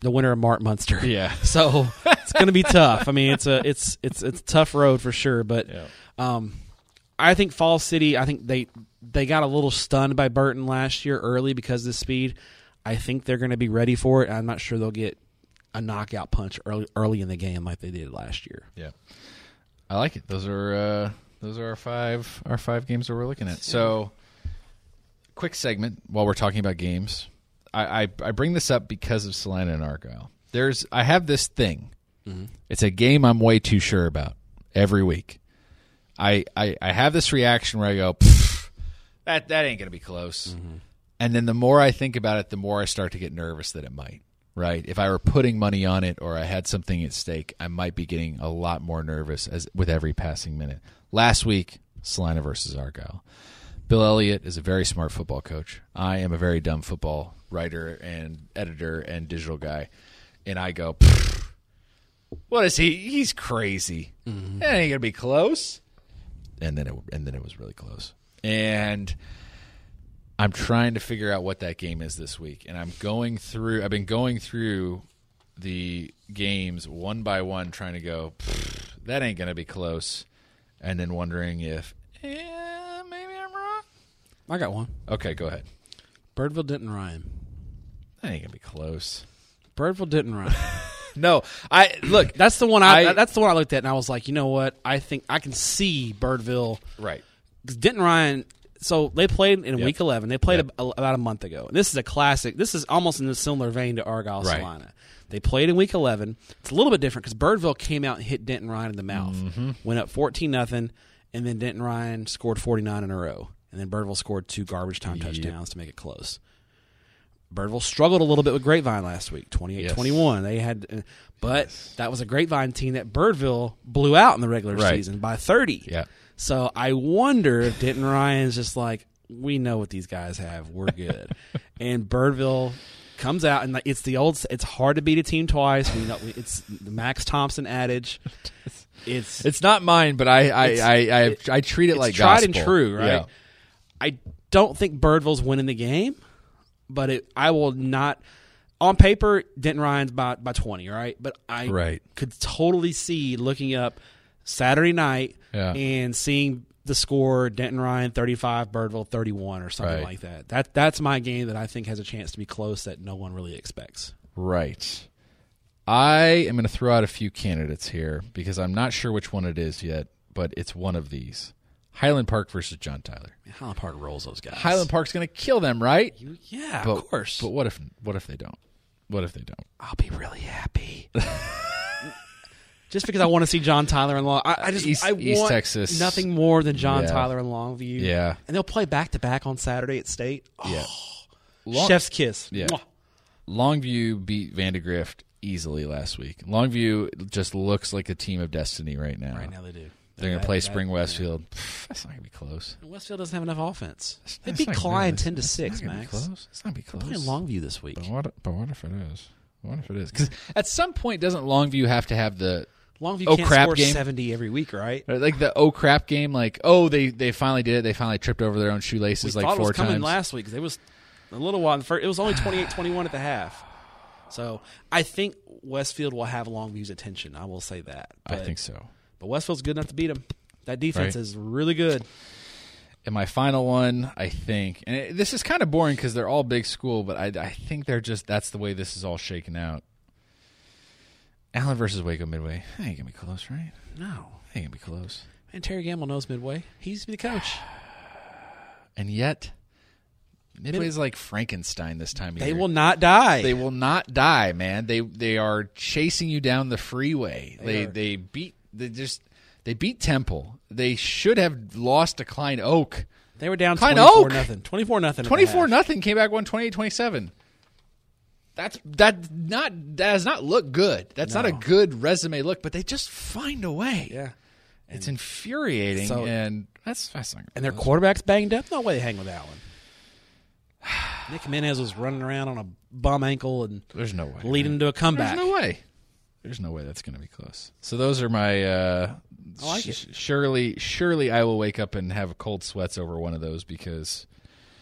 the winner of Mark Munster.
Yeah.
(laughs) So it's going to be tough. I mean, it's a it's it's it's a tough road for sure. But
Yeah.
um, I think Fall City. I think they they got a little stunned by Burton last year early because of the speed. I think they're going to be ready for it. I'm not sure they'll get a knockout punch early early in the game like they did last year.
Yeah, I like it. Those are uh, those are our five our five games that we're looking at. So, quick segment while we're talking about games. I I, I bring this up because of Salina and Argyle. There's I have this thing. It's a game I'm way too sure about every week. I I, I have this reaction where I go, "Pfft, that that ain't gonna be close. And then the more I think about it, the more I start to get nervous that it might. Right? If I were putting money on it or I had something at stake, I might be getting a lot more nervous as with every passing minute. Last week, Salina versus Argyle. Bill Elliott is a very smart football coach. I am a very dumb football writer and editor and digital guy. And I go, "Pfft, what is he? He's crazy. That ain't gonna be close. And then it and then it was really close. And I'm trying to figure out what that game is this week, and I'm going through. I've been going through the games one by one, trying to go. "Pfft, That ain't gonna be close, and then wondering if eh, maybe I'm wrong.
I got one.
Okay, go ahead.
Birdville didn't rhyme.
That ain't gonna be close. (laughs)
Birdville didn't rhyme.
No, I look.
(laughs) That's the one I,
I-
that's the one I looked at and I was like, you know what? I think I can see Birdville
right.
'Cause Denton Ryan. So they played in
Yep.
week eleven. They played
Yep.
a, a- about a month ago. And this is a classic. This is almost in a similar vein to Argyle
Right.
Salina. They played in week eleven. It's a little bit different because Birdville came out and hit Denton Ryan in the mouth.
Mm-hmm.
Went up fourteen nothing, and then Denton Ryan scored forty nine in a row, and then Birdville scored two garbage time touchdowns to make it close. Birdville struggled a little bit with Grapevine last week, 28-21. They had, uh, but that was a Grapevine team that Birdville blew out in the regular
Right.
season by thirty.
Yeah.
So I wonder if Denton Ryan's just like, we know what these guys have. We're good. and Birdville comes out and like, it's the old. It's hard to beat a team twice. We know it's the Max Thompson adage. It's
It's not mine, but I I
It's-
I, I, I treat it
it's
like
tried and
gospel.
true, right?
Yeah.
I don't think Birdville's winning the game, but it, I will not. On paper, Denton Ryan's by by twenty, right? But I
Right.
could totally see looking up Saturday night
Yeah.
and seeing the score: Denton Ryan thirty-five, Birdville thirty-one, or something
Right.
like that. That that's my game that I think has a chance to be close that no one really expects.
Right. I am going to throw out a few candidates here because I'm not sure which one it is yet, but it's one of these. Highland Park versus John Tyler.
Highland Park rolls those guys.
Highland Park's going to kill them, right?
yeah,
But-
of course.
But what if what if they don't? What if they don't?
I'll be really happy. just because I want to see John Tyler in Long, I, I just
East-
I want
East Texas.
nothing more than John
Yeah.
Tyler in Longview.
Yeah.
and they'll play back to back on Saturday at State. Oh,
Yeah. Long-
Chef's kiss.
Yeah.
Mwah.
Longview beat Vandergrift easily last week. Longview just looks like a team of destiny right now.
right now they do.
They're going
That-
to play
that-
Spring Westfield. Pff, that's not going to be close.
Westfield doesn't have enough offense. They
That's
beat
not gonna
Klein
be-
ten to
that's
six,
not gonna be
Max.
Close. It's not gonna be
Playing
close.
Longview this week.
But what? But what if it is? What if it is? Because at some point, doesn't Longview have to have the
Longview
Oh,
can't
crap
score
game.
seventy every week, right?
like the oh crap game? Like oh they they finally did it. They finally tripped over their own shoelaces
we
like
thought
four
it was coming
times.
last week. 'cause It was a little while. in the fir- It
(sighs)
was only 28-21 at the half. So I think Westfield will have Longview's attention. I will say that.
I
But-
think so.
But Westfield's good enough to beat them. That defense
Right.
is really good.
And my final one, I think, and it, this is kind of boring because they're all big school, but I, I think they're just that's the way this is all shaken out. Allen versus Waco Midway. That ain't gonna be close, right?
No.
That ain't gonna be close.
And Terry Gamble knows Midway. He used to be the coach.
And yet, Midway's like Frankenstein this time of
They
year.
will not die.
They will not die, man. They they are chasing you down the freeway. They they,
are.
beat they just they beat Temple. They should have lost to Klein Oak.
They were down
Klein
24
Oak.
nothing. 24 nothing.
Twenty four nothing came back one twenty eight twenty seven. That's that not that does not look good. That's not a
No.
good resume look. But they just find a way.
Yeah.
it's infuriating,
So-
and that's that's not.
And their quarterback's banged up. No way they hang with Allen. (sighs) Nick Jimenez was running around on a bum ankle and
there's no way
leading to a comeback.
There's no way. There's no way that's going to be close. So those are my. Uh,
I like
sh- Surely, surely I will wake up and have cold sweats over one of those because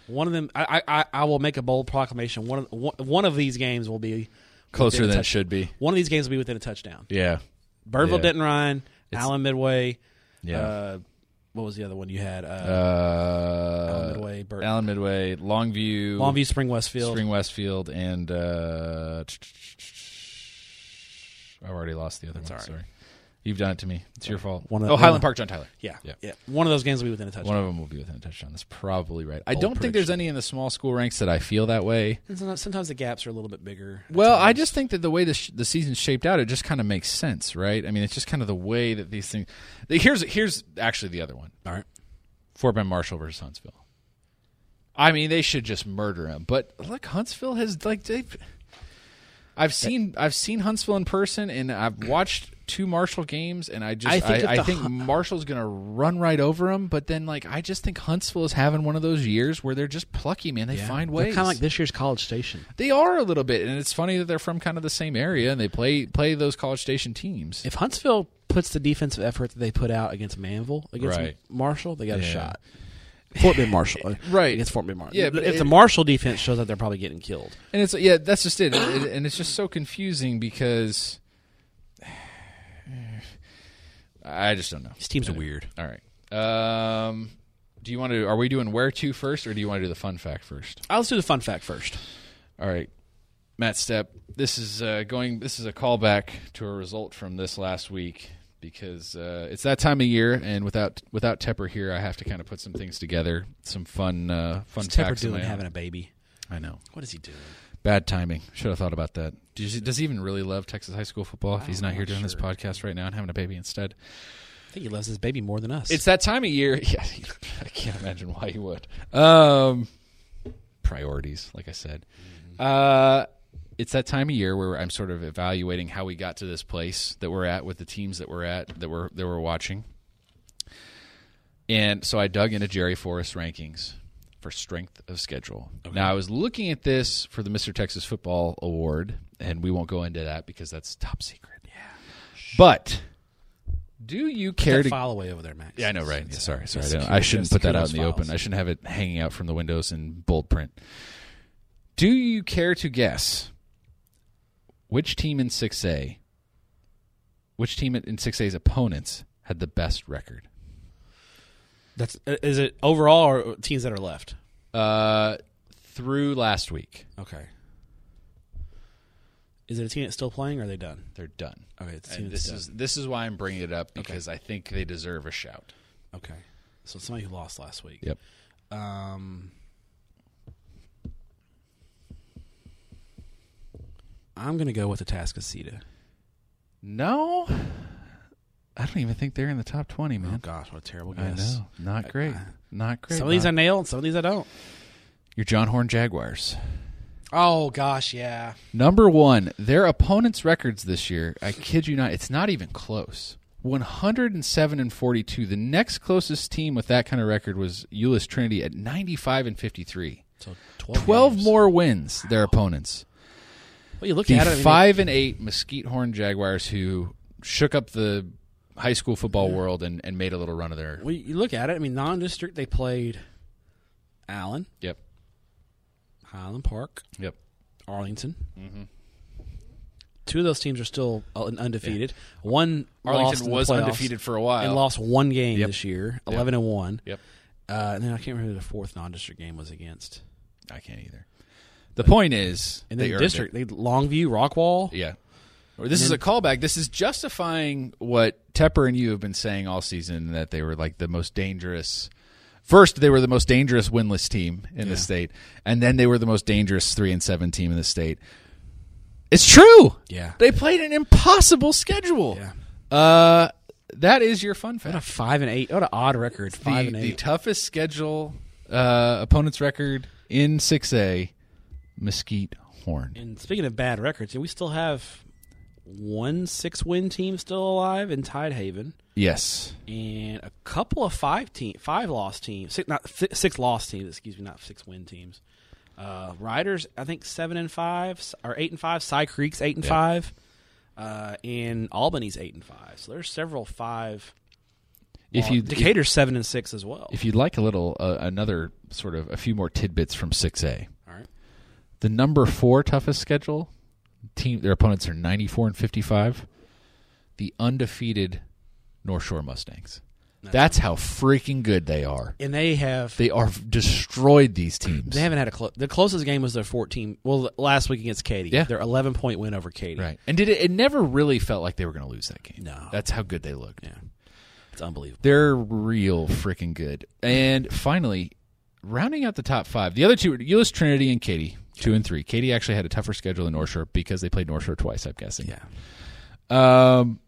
One of them, I, I, I- I will make a bold proclamation. One of one, one of these games will be
closer
within a
than it
touch-
should be.
One of these games will be within a touchdown.
Yeah,
Birdville
Yeah.
Denton Ryan, Allen Midway.
yeah.
Uh, what was the other one you had? Uh,
Uh,
Allen Midway, Bur-
Allen Midway, Longview,
Longview Spring Westfield.
Spring Westfield, and uh, I've already lost the other one.
all
Sorry, you've done it to me. It's your fault.
One of-
oh,
one
Highland
of-
Park, John Tyler.
Yeah,
Yeah.
yeah, One of those games will be within a touchdown.
One of them will be within a touchdown. That's probably right. I
Bold
don't think there's any in the small school ranks that I feel that way.
And sometimes, sometimes the gaps are a little bit bigger.
Well, I
Sometimes-
just think that the way the sh- the season's shaped out, it just kind of makes sense, right? I mean, it's just kind of the way that these things. the- Here's here's actually the other one:
all right.
Fort Bend Marshall versus Huntsville. I mean, they should just murder him. But look, Huntsville has like they've. I've seen I've seen Huntsville in person, and I've watched two Marshall games, and I just I
I think
think,
if
I,
the
think
Hun-
Marshall's gonna run right over him. But then, like, I just think Huntsville is having one of those years where they're just plucky, man. They find ways.
kind of like this year's College Station.
They are a little bit, and it's funny that they're from kind of the same area and they play play those College Station teams.
If Huntsville puts the defensive effort that they put out against Manville, against
Right.
Marshall, they got
Yeah. (laughs)
a shot. Fort Bend Marshall, uh,
Right.
Against Fort Bend Marshall.
Yeah,
Yeah,
but
if
it-
the Marshall defense shows up, they're probably getting killed.
And it's yeah, that's just it. And, and it's just so confusing because (sighs) I just don't know.
These teams are weird.
All right. Um, do you want to? Are we doing where to first, or do you want to do the fun fact first?
I'll Uh, let's do the fun fact first.
All right, Matt Step. This is uh, going. This is a callback to a result from this last week because uh, it's that time of year, and without without Tepper here, I have to kind of put some things together, some fun uh, fun
What's Tepper
facts. of
doing
my own.
having a baby?
I know.
What is he doing?
Bad timing. Should have thought about that. Does he, does he even really love Texas high school football if he's not here doing this podcast right now and having a baby instead?
I think he loves his baby more than us.
It's that time of year. (laughs) Yeah, I can't imagine why he would. Um, priorities, like I said. Uh, it's that time of year where I'm sort of evaluating how we got to this place that we're at with the teams that we're at that we're that we're watching. And so I dug into Jerry Forrest rankings for strength of schedule. Now I was looking at this for the Mr. Texas Football Award, and we won't go into that because that's top secret. Yeah. But do you care
that
to
file away over there, Max.
yeah, I know, right? Yeah, sorry, sorry. I,
secure-
don't- I shouldn't put
secure
that out
those
in the open.
files.
I shouldn't have it hanging out from the windows in bold print. Do you care to guess which team in 6A, which team in 6A's opponents had the best record?
That's uh, is it overall or teams that are left?
Uh, through last week.
Okay. Is it a team that's still playing or are they done?
They're done.
Okay, it's a team
And
that's
Uh, this
done.
is this is why I'm bringing it up because I think they deserve a shout.
okay. So it's somebody who lost last week.
Yep.
Um, I'm gonna go with the Atascocita.
No, I don't even think they're in the top twenty, man.
Oh, gosh, what a terrible
I know, not great, not great.
Some of these I
Bob.
nail, and some of these I don't.
your John Horn Jaguars.
Oh gosh, yeah.
Number one, their opponents' records this year. I kid you not, it's not even close. One hundred and seven and forty-two. The next closest team with that kind of record was Euless Trinity at ninety-five and fifty-three.
So twelve,
Twelve
games.
more wins. Their opponents.
Well, you look
the
at it. I mean,
five and eight Mesquite Horn Jaguars who shook up the high school football world and, and made a little run of their.
well, you look at it. I mean, non-district they played Allen,
Yep.
Highland Park,
Yep.
Arlington.
Mm-hmm.
Two of those teams are still uh, un- undefeated. One lost in
Arlington
the
was
playoffs
undefeated for a while.
and lost one game
Yep.
this year, eleven and one.
Yep.
Uh, and then I can't remember who the fourth non-district game was against.
I can't either. The point is,
And
they
then
earned
district, they Longview, Rockwall.
it. Yeah. Or This is a callback. This is justifying what Tepper and you have been saying all season that they were like the most dangerous. First, they were the most dangerous winless team in the state, and then they were the most dangerous three and seven team in the state. It's true.
Yeah.
They played an impossible schedule.
Yeah.
Uh, that is your fun
What a
fact.
five and eight. What an odd record. Five
The,
and
the
eight.
toughest schedule uh, opponent's record in 6A, Mesquite Horn.
and speaking of bad records, we still have one six-win team still alive in Tidehaven,
Yes.
and a couple of five team, five loss teams, six not fi- six loss teams. Excuse me, not six win teams. Uh, Riders, I think seven and five or eight and five. Cy Creek's eight and five, uh, and Albany's eight and five. So there's several five.
If you
Decatur's seven and six as well.
if you'd like a little uh, another sort of a few more tidbits from 6A,
All right.
the number four toughest schedule team their opponents are 94 and 55. The undefeated North Shore Mustangs. That's how freaking good they are.
And they have
They are destroyed these teams.
They haven't had a close. The closest game was their 14. Well, last week against Katie.
Yeah.
Their 11 point win over Katie.
Right. And did it, it never really felt like they were going to lose that game.
No.
That's how good they looked.
Yeah. It's unbelievable.
They're real freaking good. And finally, rounding out the top five, the other two were Euless Trinity and Katie, two and three. Katie actually had a tougher schedule than North Shore because they played North Shore twice, I'm guessing.
Yeah.
Um,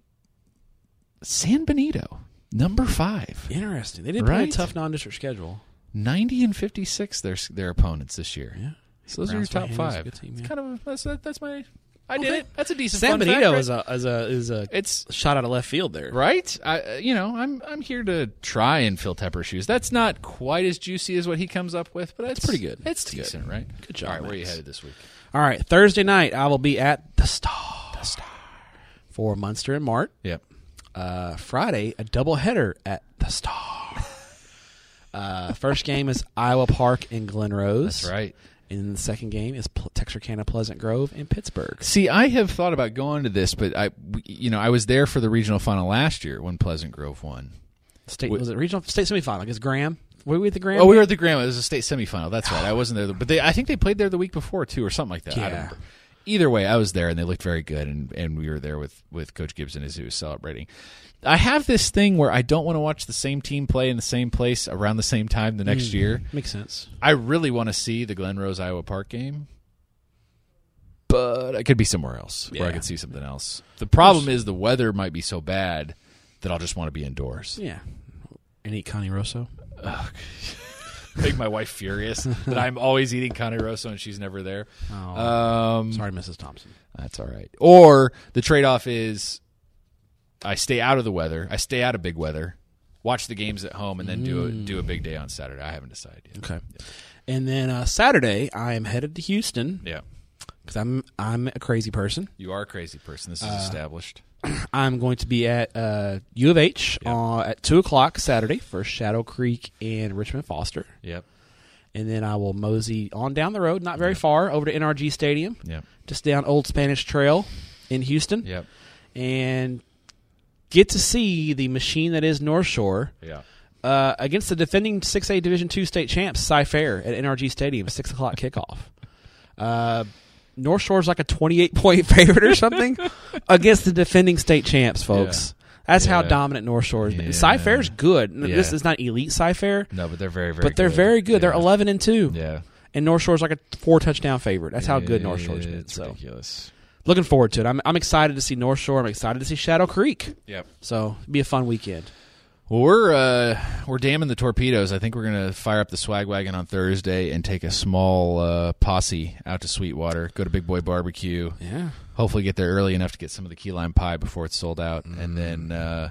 San Benito, number five,
Interesting. They did play a
Right.
tough non district schedule.
90 and 56, their, their opponents this year.
Yeah.
So those are your
Brownsville
top
Handles is a
five.
good team,
It's
yeah.
kind of, that's, that, that's my, I did
Okay.
it. That's a decent
San
fun fact,
Benito
right?
is a, is a is a
It's
shot out of left field there.
Right? I uh, you know, I'm I'm here to try and fill Tepper's shoes. That's not quite as juicy as what he comes up with, but it's,
pretty good.
It's,
It's good.
decent, right?
Good job,
All right, where are you
Max.
headed this week?
All right. Thursday night, I will be at the Star. The Star. For Munster and Mart.
Yep.
Uh, Friday, a doubleheader at the Star. uh, first game is Iowa Park and Glen Rose.
That's right.
And the second game is Pl- Texarkana, Pleasant Grove, and Pittsburgh.
See, I have thought about going to this, but I we- you know, I was there for the regional final last year when Pleasant Grove won.
State
Wait.
was it regional state semifinal? Is Graham? Were we at the Graham?
Oh, we were at the Grand. It was a state semifinal. That's right. I wasn't there, but they I think they played there the week before too or something like that. I don't
Yeah.
remember. Either way, I was there and they looked very good and, and we were there with, with Coach Gibson as he was celebrating. I have this thing where I don't want to watch the same team play in the same place around the same time the next year.
makes sense.
I really want to see the Glen Rose Iowa Park game, but I could be somewhere else where I
Yeah.
could see something else. The problem is the weather might be so bad that I'll just want to be indoors.
Yeah. And eat Connie Rosso.
Make my wife furious that I'm always eating Connie Rosso and she's never there.
Oh,
Um,
sorry, Mrs. Thompson.
That's all right. Or the trade off is I stay out of the weather. I stay out of big weather. Watch the games at home and then do a, do a big day on Saturday. I haven't decided yet.
Okay. And then uh, Saturday, I am headed to Houston
Yeah.
because I'm I'm a crazy person.
You are a crazy person. This is established.
I'm going to be at uh, U of H uh, at two o'clock Saturday for Shadow Creek and Richmond Foster,
Yep.
and then I will mosey on down the road, not very far, over to NRG Stadium,
Yep.
just down Old Spanish Trail in Houston,
Yep.
and get to see the machine that is North Shore.
Yeah.
uh, against the defending 6A Division two state champs, Cy Fair, at NRG Stadium, 6 o'clock kickoff. Uh, North Shore's like a 28 point (laughs) favorite or something
(laughs)
against the defending state champs, folks. That's how
Yeah.
dominant North Shore is.
Yeah.
Yeah. Sci Fair's good. N- This
Yeah.
is not elite Sci Fair,
No, but they're very, very.
but they're
good.
very good. They're
Yeah.
11 and 2.
Yeah,
And North Shore's like a four touchdown favorite. That's how good North Shore's been.
It's
So
ridiculous.
looking forward to it. I'm, I'm excited to see North Shore. I'm excited to see Shadow Creek.
Yep.
So it'll be a fun weekend.
Well, we're uh, we're damming the torpedoes. I think we're gonna fire up the swag wagon on Thursday and take a small uh, posse out to Sweetwater. Go to Big Boy Barbecue.
Yeah.
Hopefully, get there early enough to get some of the key lime pie before it's sold out, and then uh,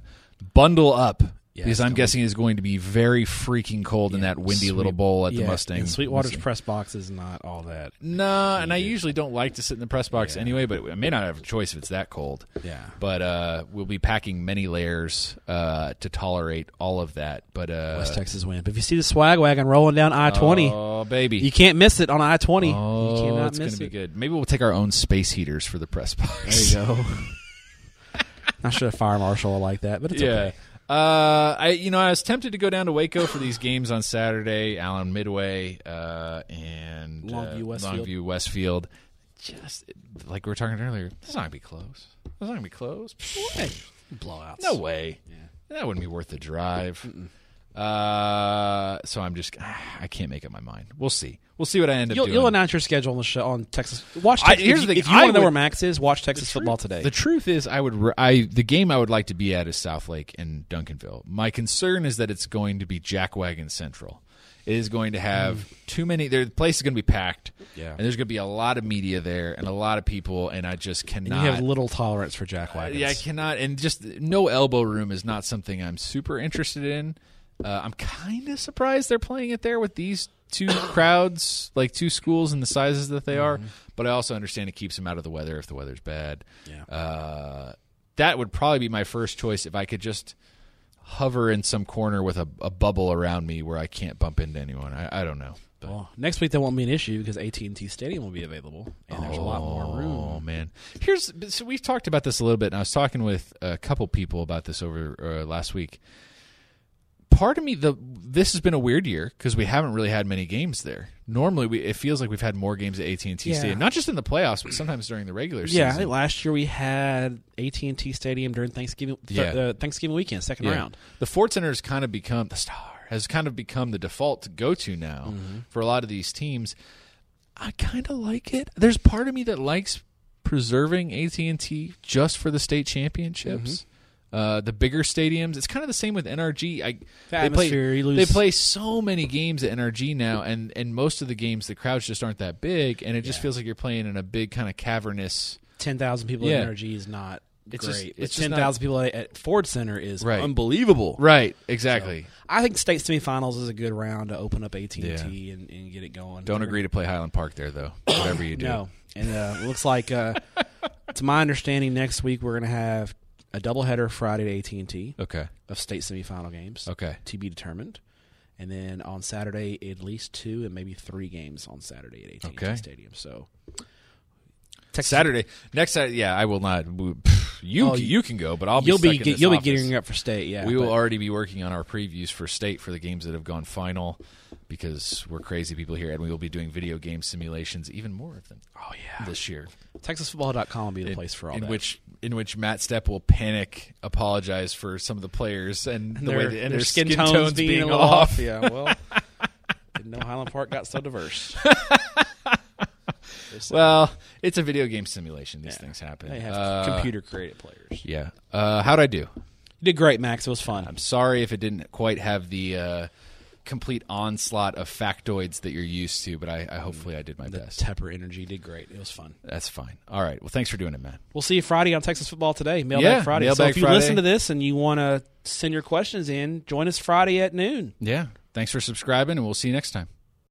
bundle up
Mm. Yeah,
because
it's
I'm
gonna
guessing it's going to be very freaking cold in that windy
Sweet-
little bowl at the
yeah,
Mustang.
And Sweetwater's
Mustang.
press box is not all that.
Nah, and I usually don't like to sit in the press box anyway, but I may not have a choice if it's that cold.
Yeah.
But uh, we'll be packing many layers uh, to tolerate all of that. But uh,
West Texas win. But if you see the swag wagon rolling down I 20,
oh baby,
you can't miss it on I 20.
oh,
you cannot
it's
miss
gonna
it.
be good. Maybe we'll take our own space heaters for the press
There
box.
you go. (laughs)
(laughs)
Not sure a fire marshal will like that, but it's
yeah.
okay.
Uh, I you know I was tempted to go down to Waco for these games on Saturday, Allen Midway, uh, and
Longview
uh,
Westfield.
Longview Westfield. Just like we were talking earlier, this is not gonna be close. This is not gonna be close.
Hey, blowouts.
No way. That wouldn't be worth the drive. Uh, so I'm just I can't make up my mind. We'll see. We'll see what I end up
You'll,
doing.
you'll announce your schedule on the show on Texas. Watch.
I-
Texas,
here's
if,
the
you-
thing,
if you
I
want to know
would-
where Max is, watch Texas football today.
The truth is, I would. Re- I the game I would like to be at is South Lake and Duncanville. My concern is that it's going to be Jackwagon Central. It is going to have too many. there- The place is going to be packed.
Mm. Yeah.
and there's going to be a lot of media there and a lot of people, and I just
and
cannot.
you have little tolerance for Jack Wagons.
yeah, I cannot. And just no elbow room is not something I'm super interested in. Uh, I'm kind of surprised they're playing it there with these
(coughs)
two crowds, like two schools and the sizes that they
Mm-hmm.
are. But I also understand it keeps them out of the weather if the weather's bad.
Yeah.
Uh, that would probably be my first choice if I could just hover in some corner with a, a bubble around me where I can't bump into anyone. I, I don't know. But.
Well, next week that won't be an issue because AT and T Stadium will be available, and there's a lot more room.
Oh man, here's so we've talked about this a little bit, and I was talking with a couple people about this over uh, last week. Part of me, the this has been a weird year because we haven't really had many games there. Normally, we it feels like we've had more games at AT and T
Yeah.
Stadium, not just in the playoffs, but sometimes during the regular
Yeah, I
season.
think last year we had AT and T Stadium during Thanksgiving. Th-
Yeah.
uh, Thanksgiving weekend, second
Yeah.
round.
The Ford Center has kind of become the star has kind of become the default to go to now
Mm-hmm.
for a lot of these teams. I kind of like it. There's part of me that likes preserving AT and T just for the state
Mm-hmm.
championships. Uh, the bigger stadiums. It's kind of the same with NRG. I,
The
they play
atmosphere, you lose-
they play so many games at NRG now, and and most of the games the crowds just aren't that big, and it just feels like you're playing in a big kind of cavernous.
Ten thousand people
Yeah.
at NRG is not
It's just-
great.
it's
It's
just
ten
not-
thousand people at, at Ford Center is
Right.
unbelievable.
Right. Exactly.
I think state semifinals is a good round to open up AT and T and and get it going.
Don't agree to play Highland Park there though. Whatever you do.
No, and uh, it looks
(laughs)
like, uh, to my understanding, next week we're going to have a doubleheader Friday at AT and T
Okay.
of state semifinal games
Okay.
to be determined, and then on Saturday at least two and maybe three games on Saturday at AT and
Okay.
T Stadium. So. Texas-
Saturday next Saturday. Yeah, I will not. we- You
Oh,
c- you can go, but I'll be
You'll
stuck
be
in
get,
this
you'll
office.
be gearing up for state, yeah.
We will
but-
already be working on our previews for state for the games that have gone final because we're crazy people here, and we will be doing video game simulations, even more of them
oh yeah.
this year.
Texasfootball.com will be the
In-
place for all
in
that.
which in which Matt Stepp will panic, apologize for some of the players and, the way the, and their skin, tones, being,
a little
off.
Yeah, well, didn't know Highland Park got so diverse.
(laughs)
Just-
Well, it's a video game simulation. These
Yeah.
things happen.
they have
Uh,
computer created players. You
Yeah. Uh, how'd I do?
did great, Max. It was fun.
I'm sorry if it didn't quite have the uh, complete onslaught of factoids that you're used to, but I, I hopefully I did my best.
Tepper Energy did great. It was fun.
That's fine. All right. Well, thanks for doing it, man.
We'll see you Friday on Texas Football Today, Mailbag
Yeah,
Friday. so
Mailbag
if you
Friday.
listen to this and you want to send your questions in, join us Friday at noon.
Yeah. Thanks for subscribing, and we'll see you next time.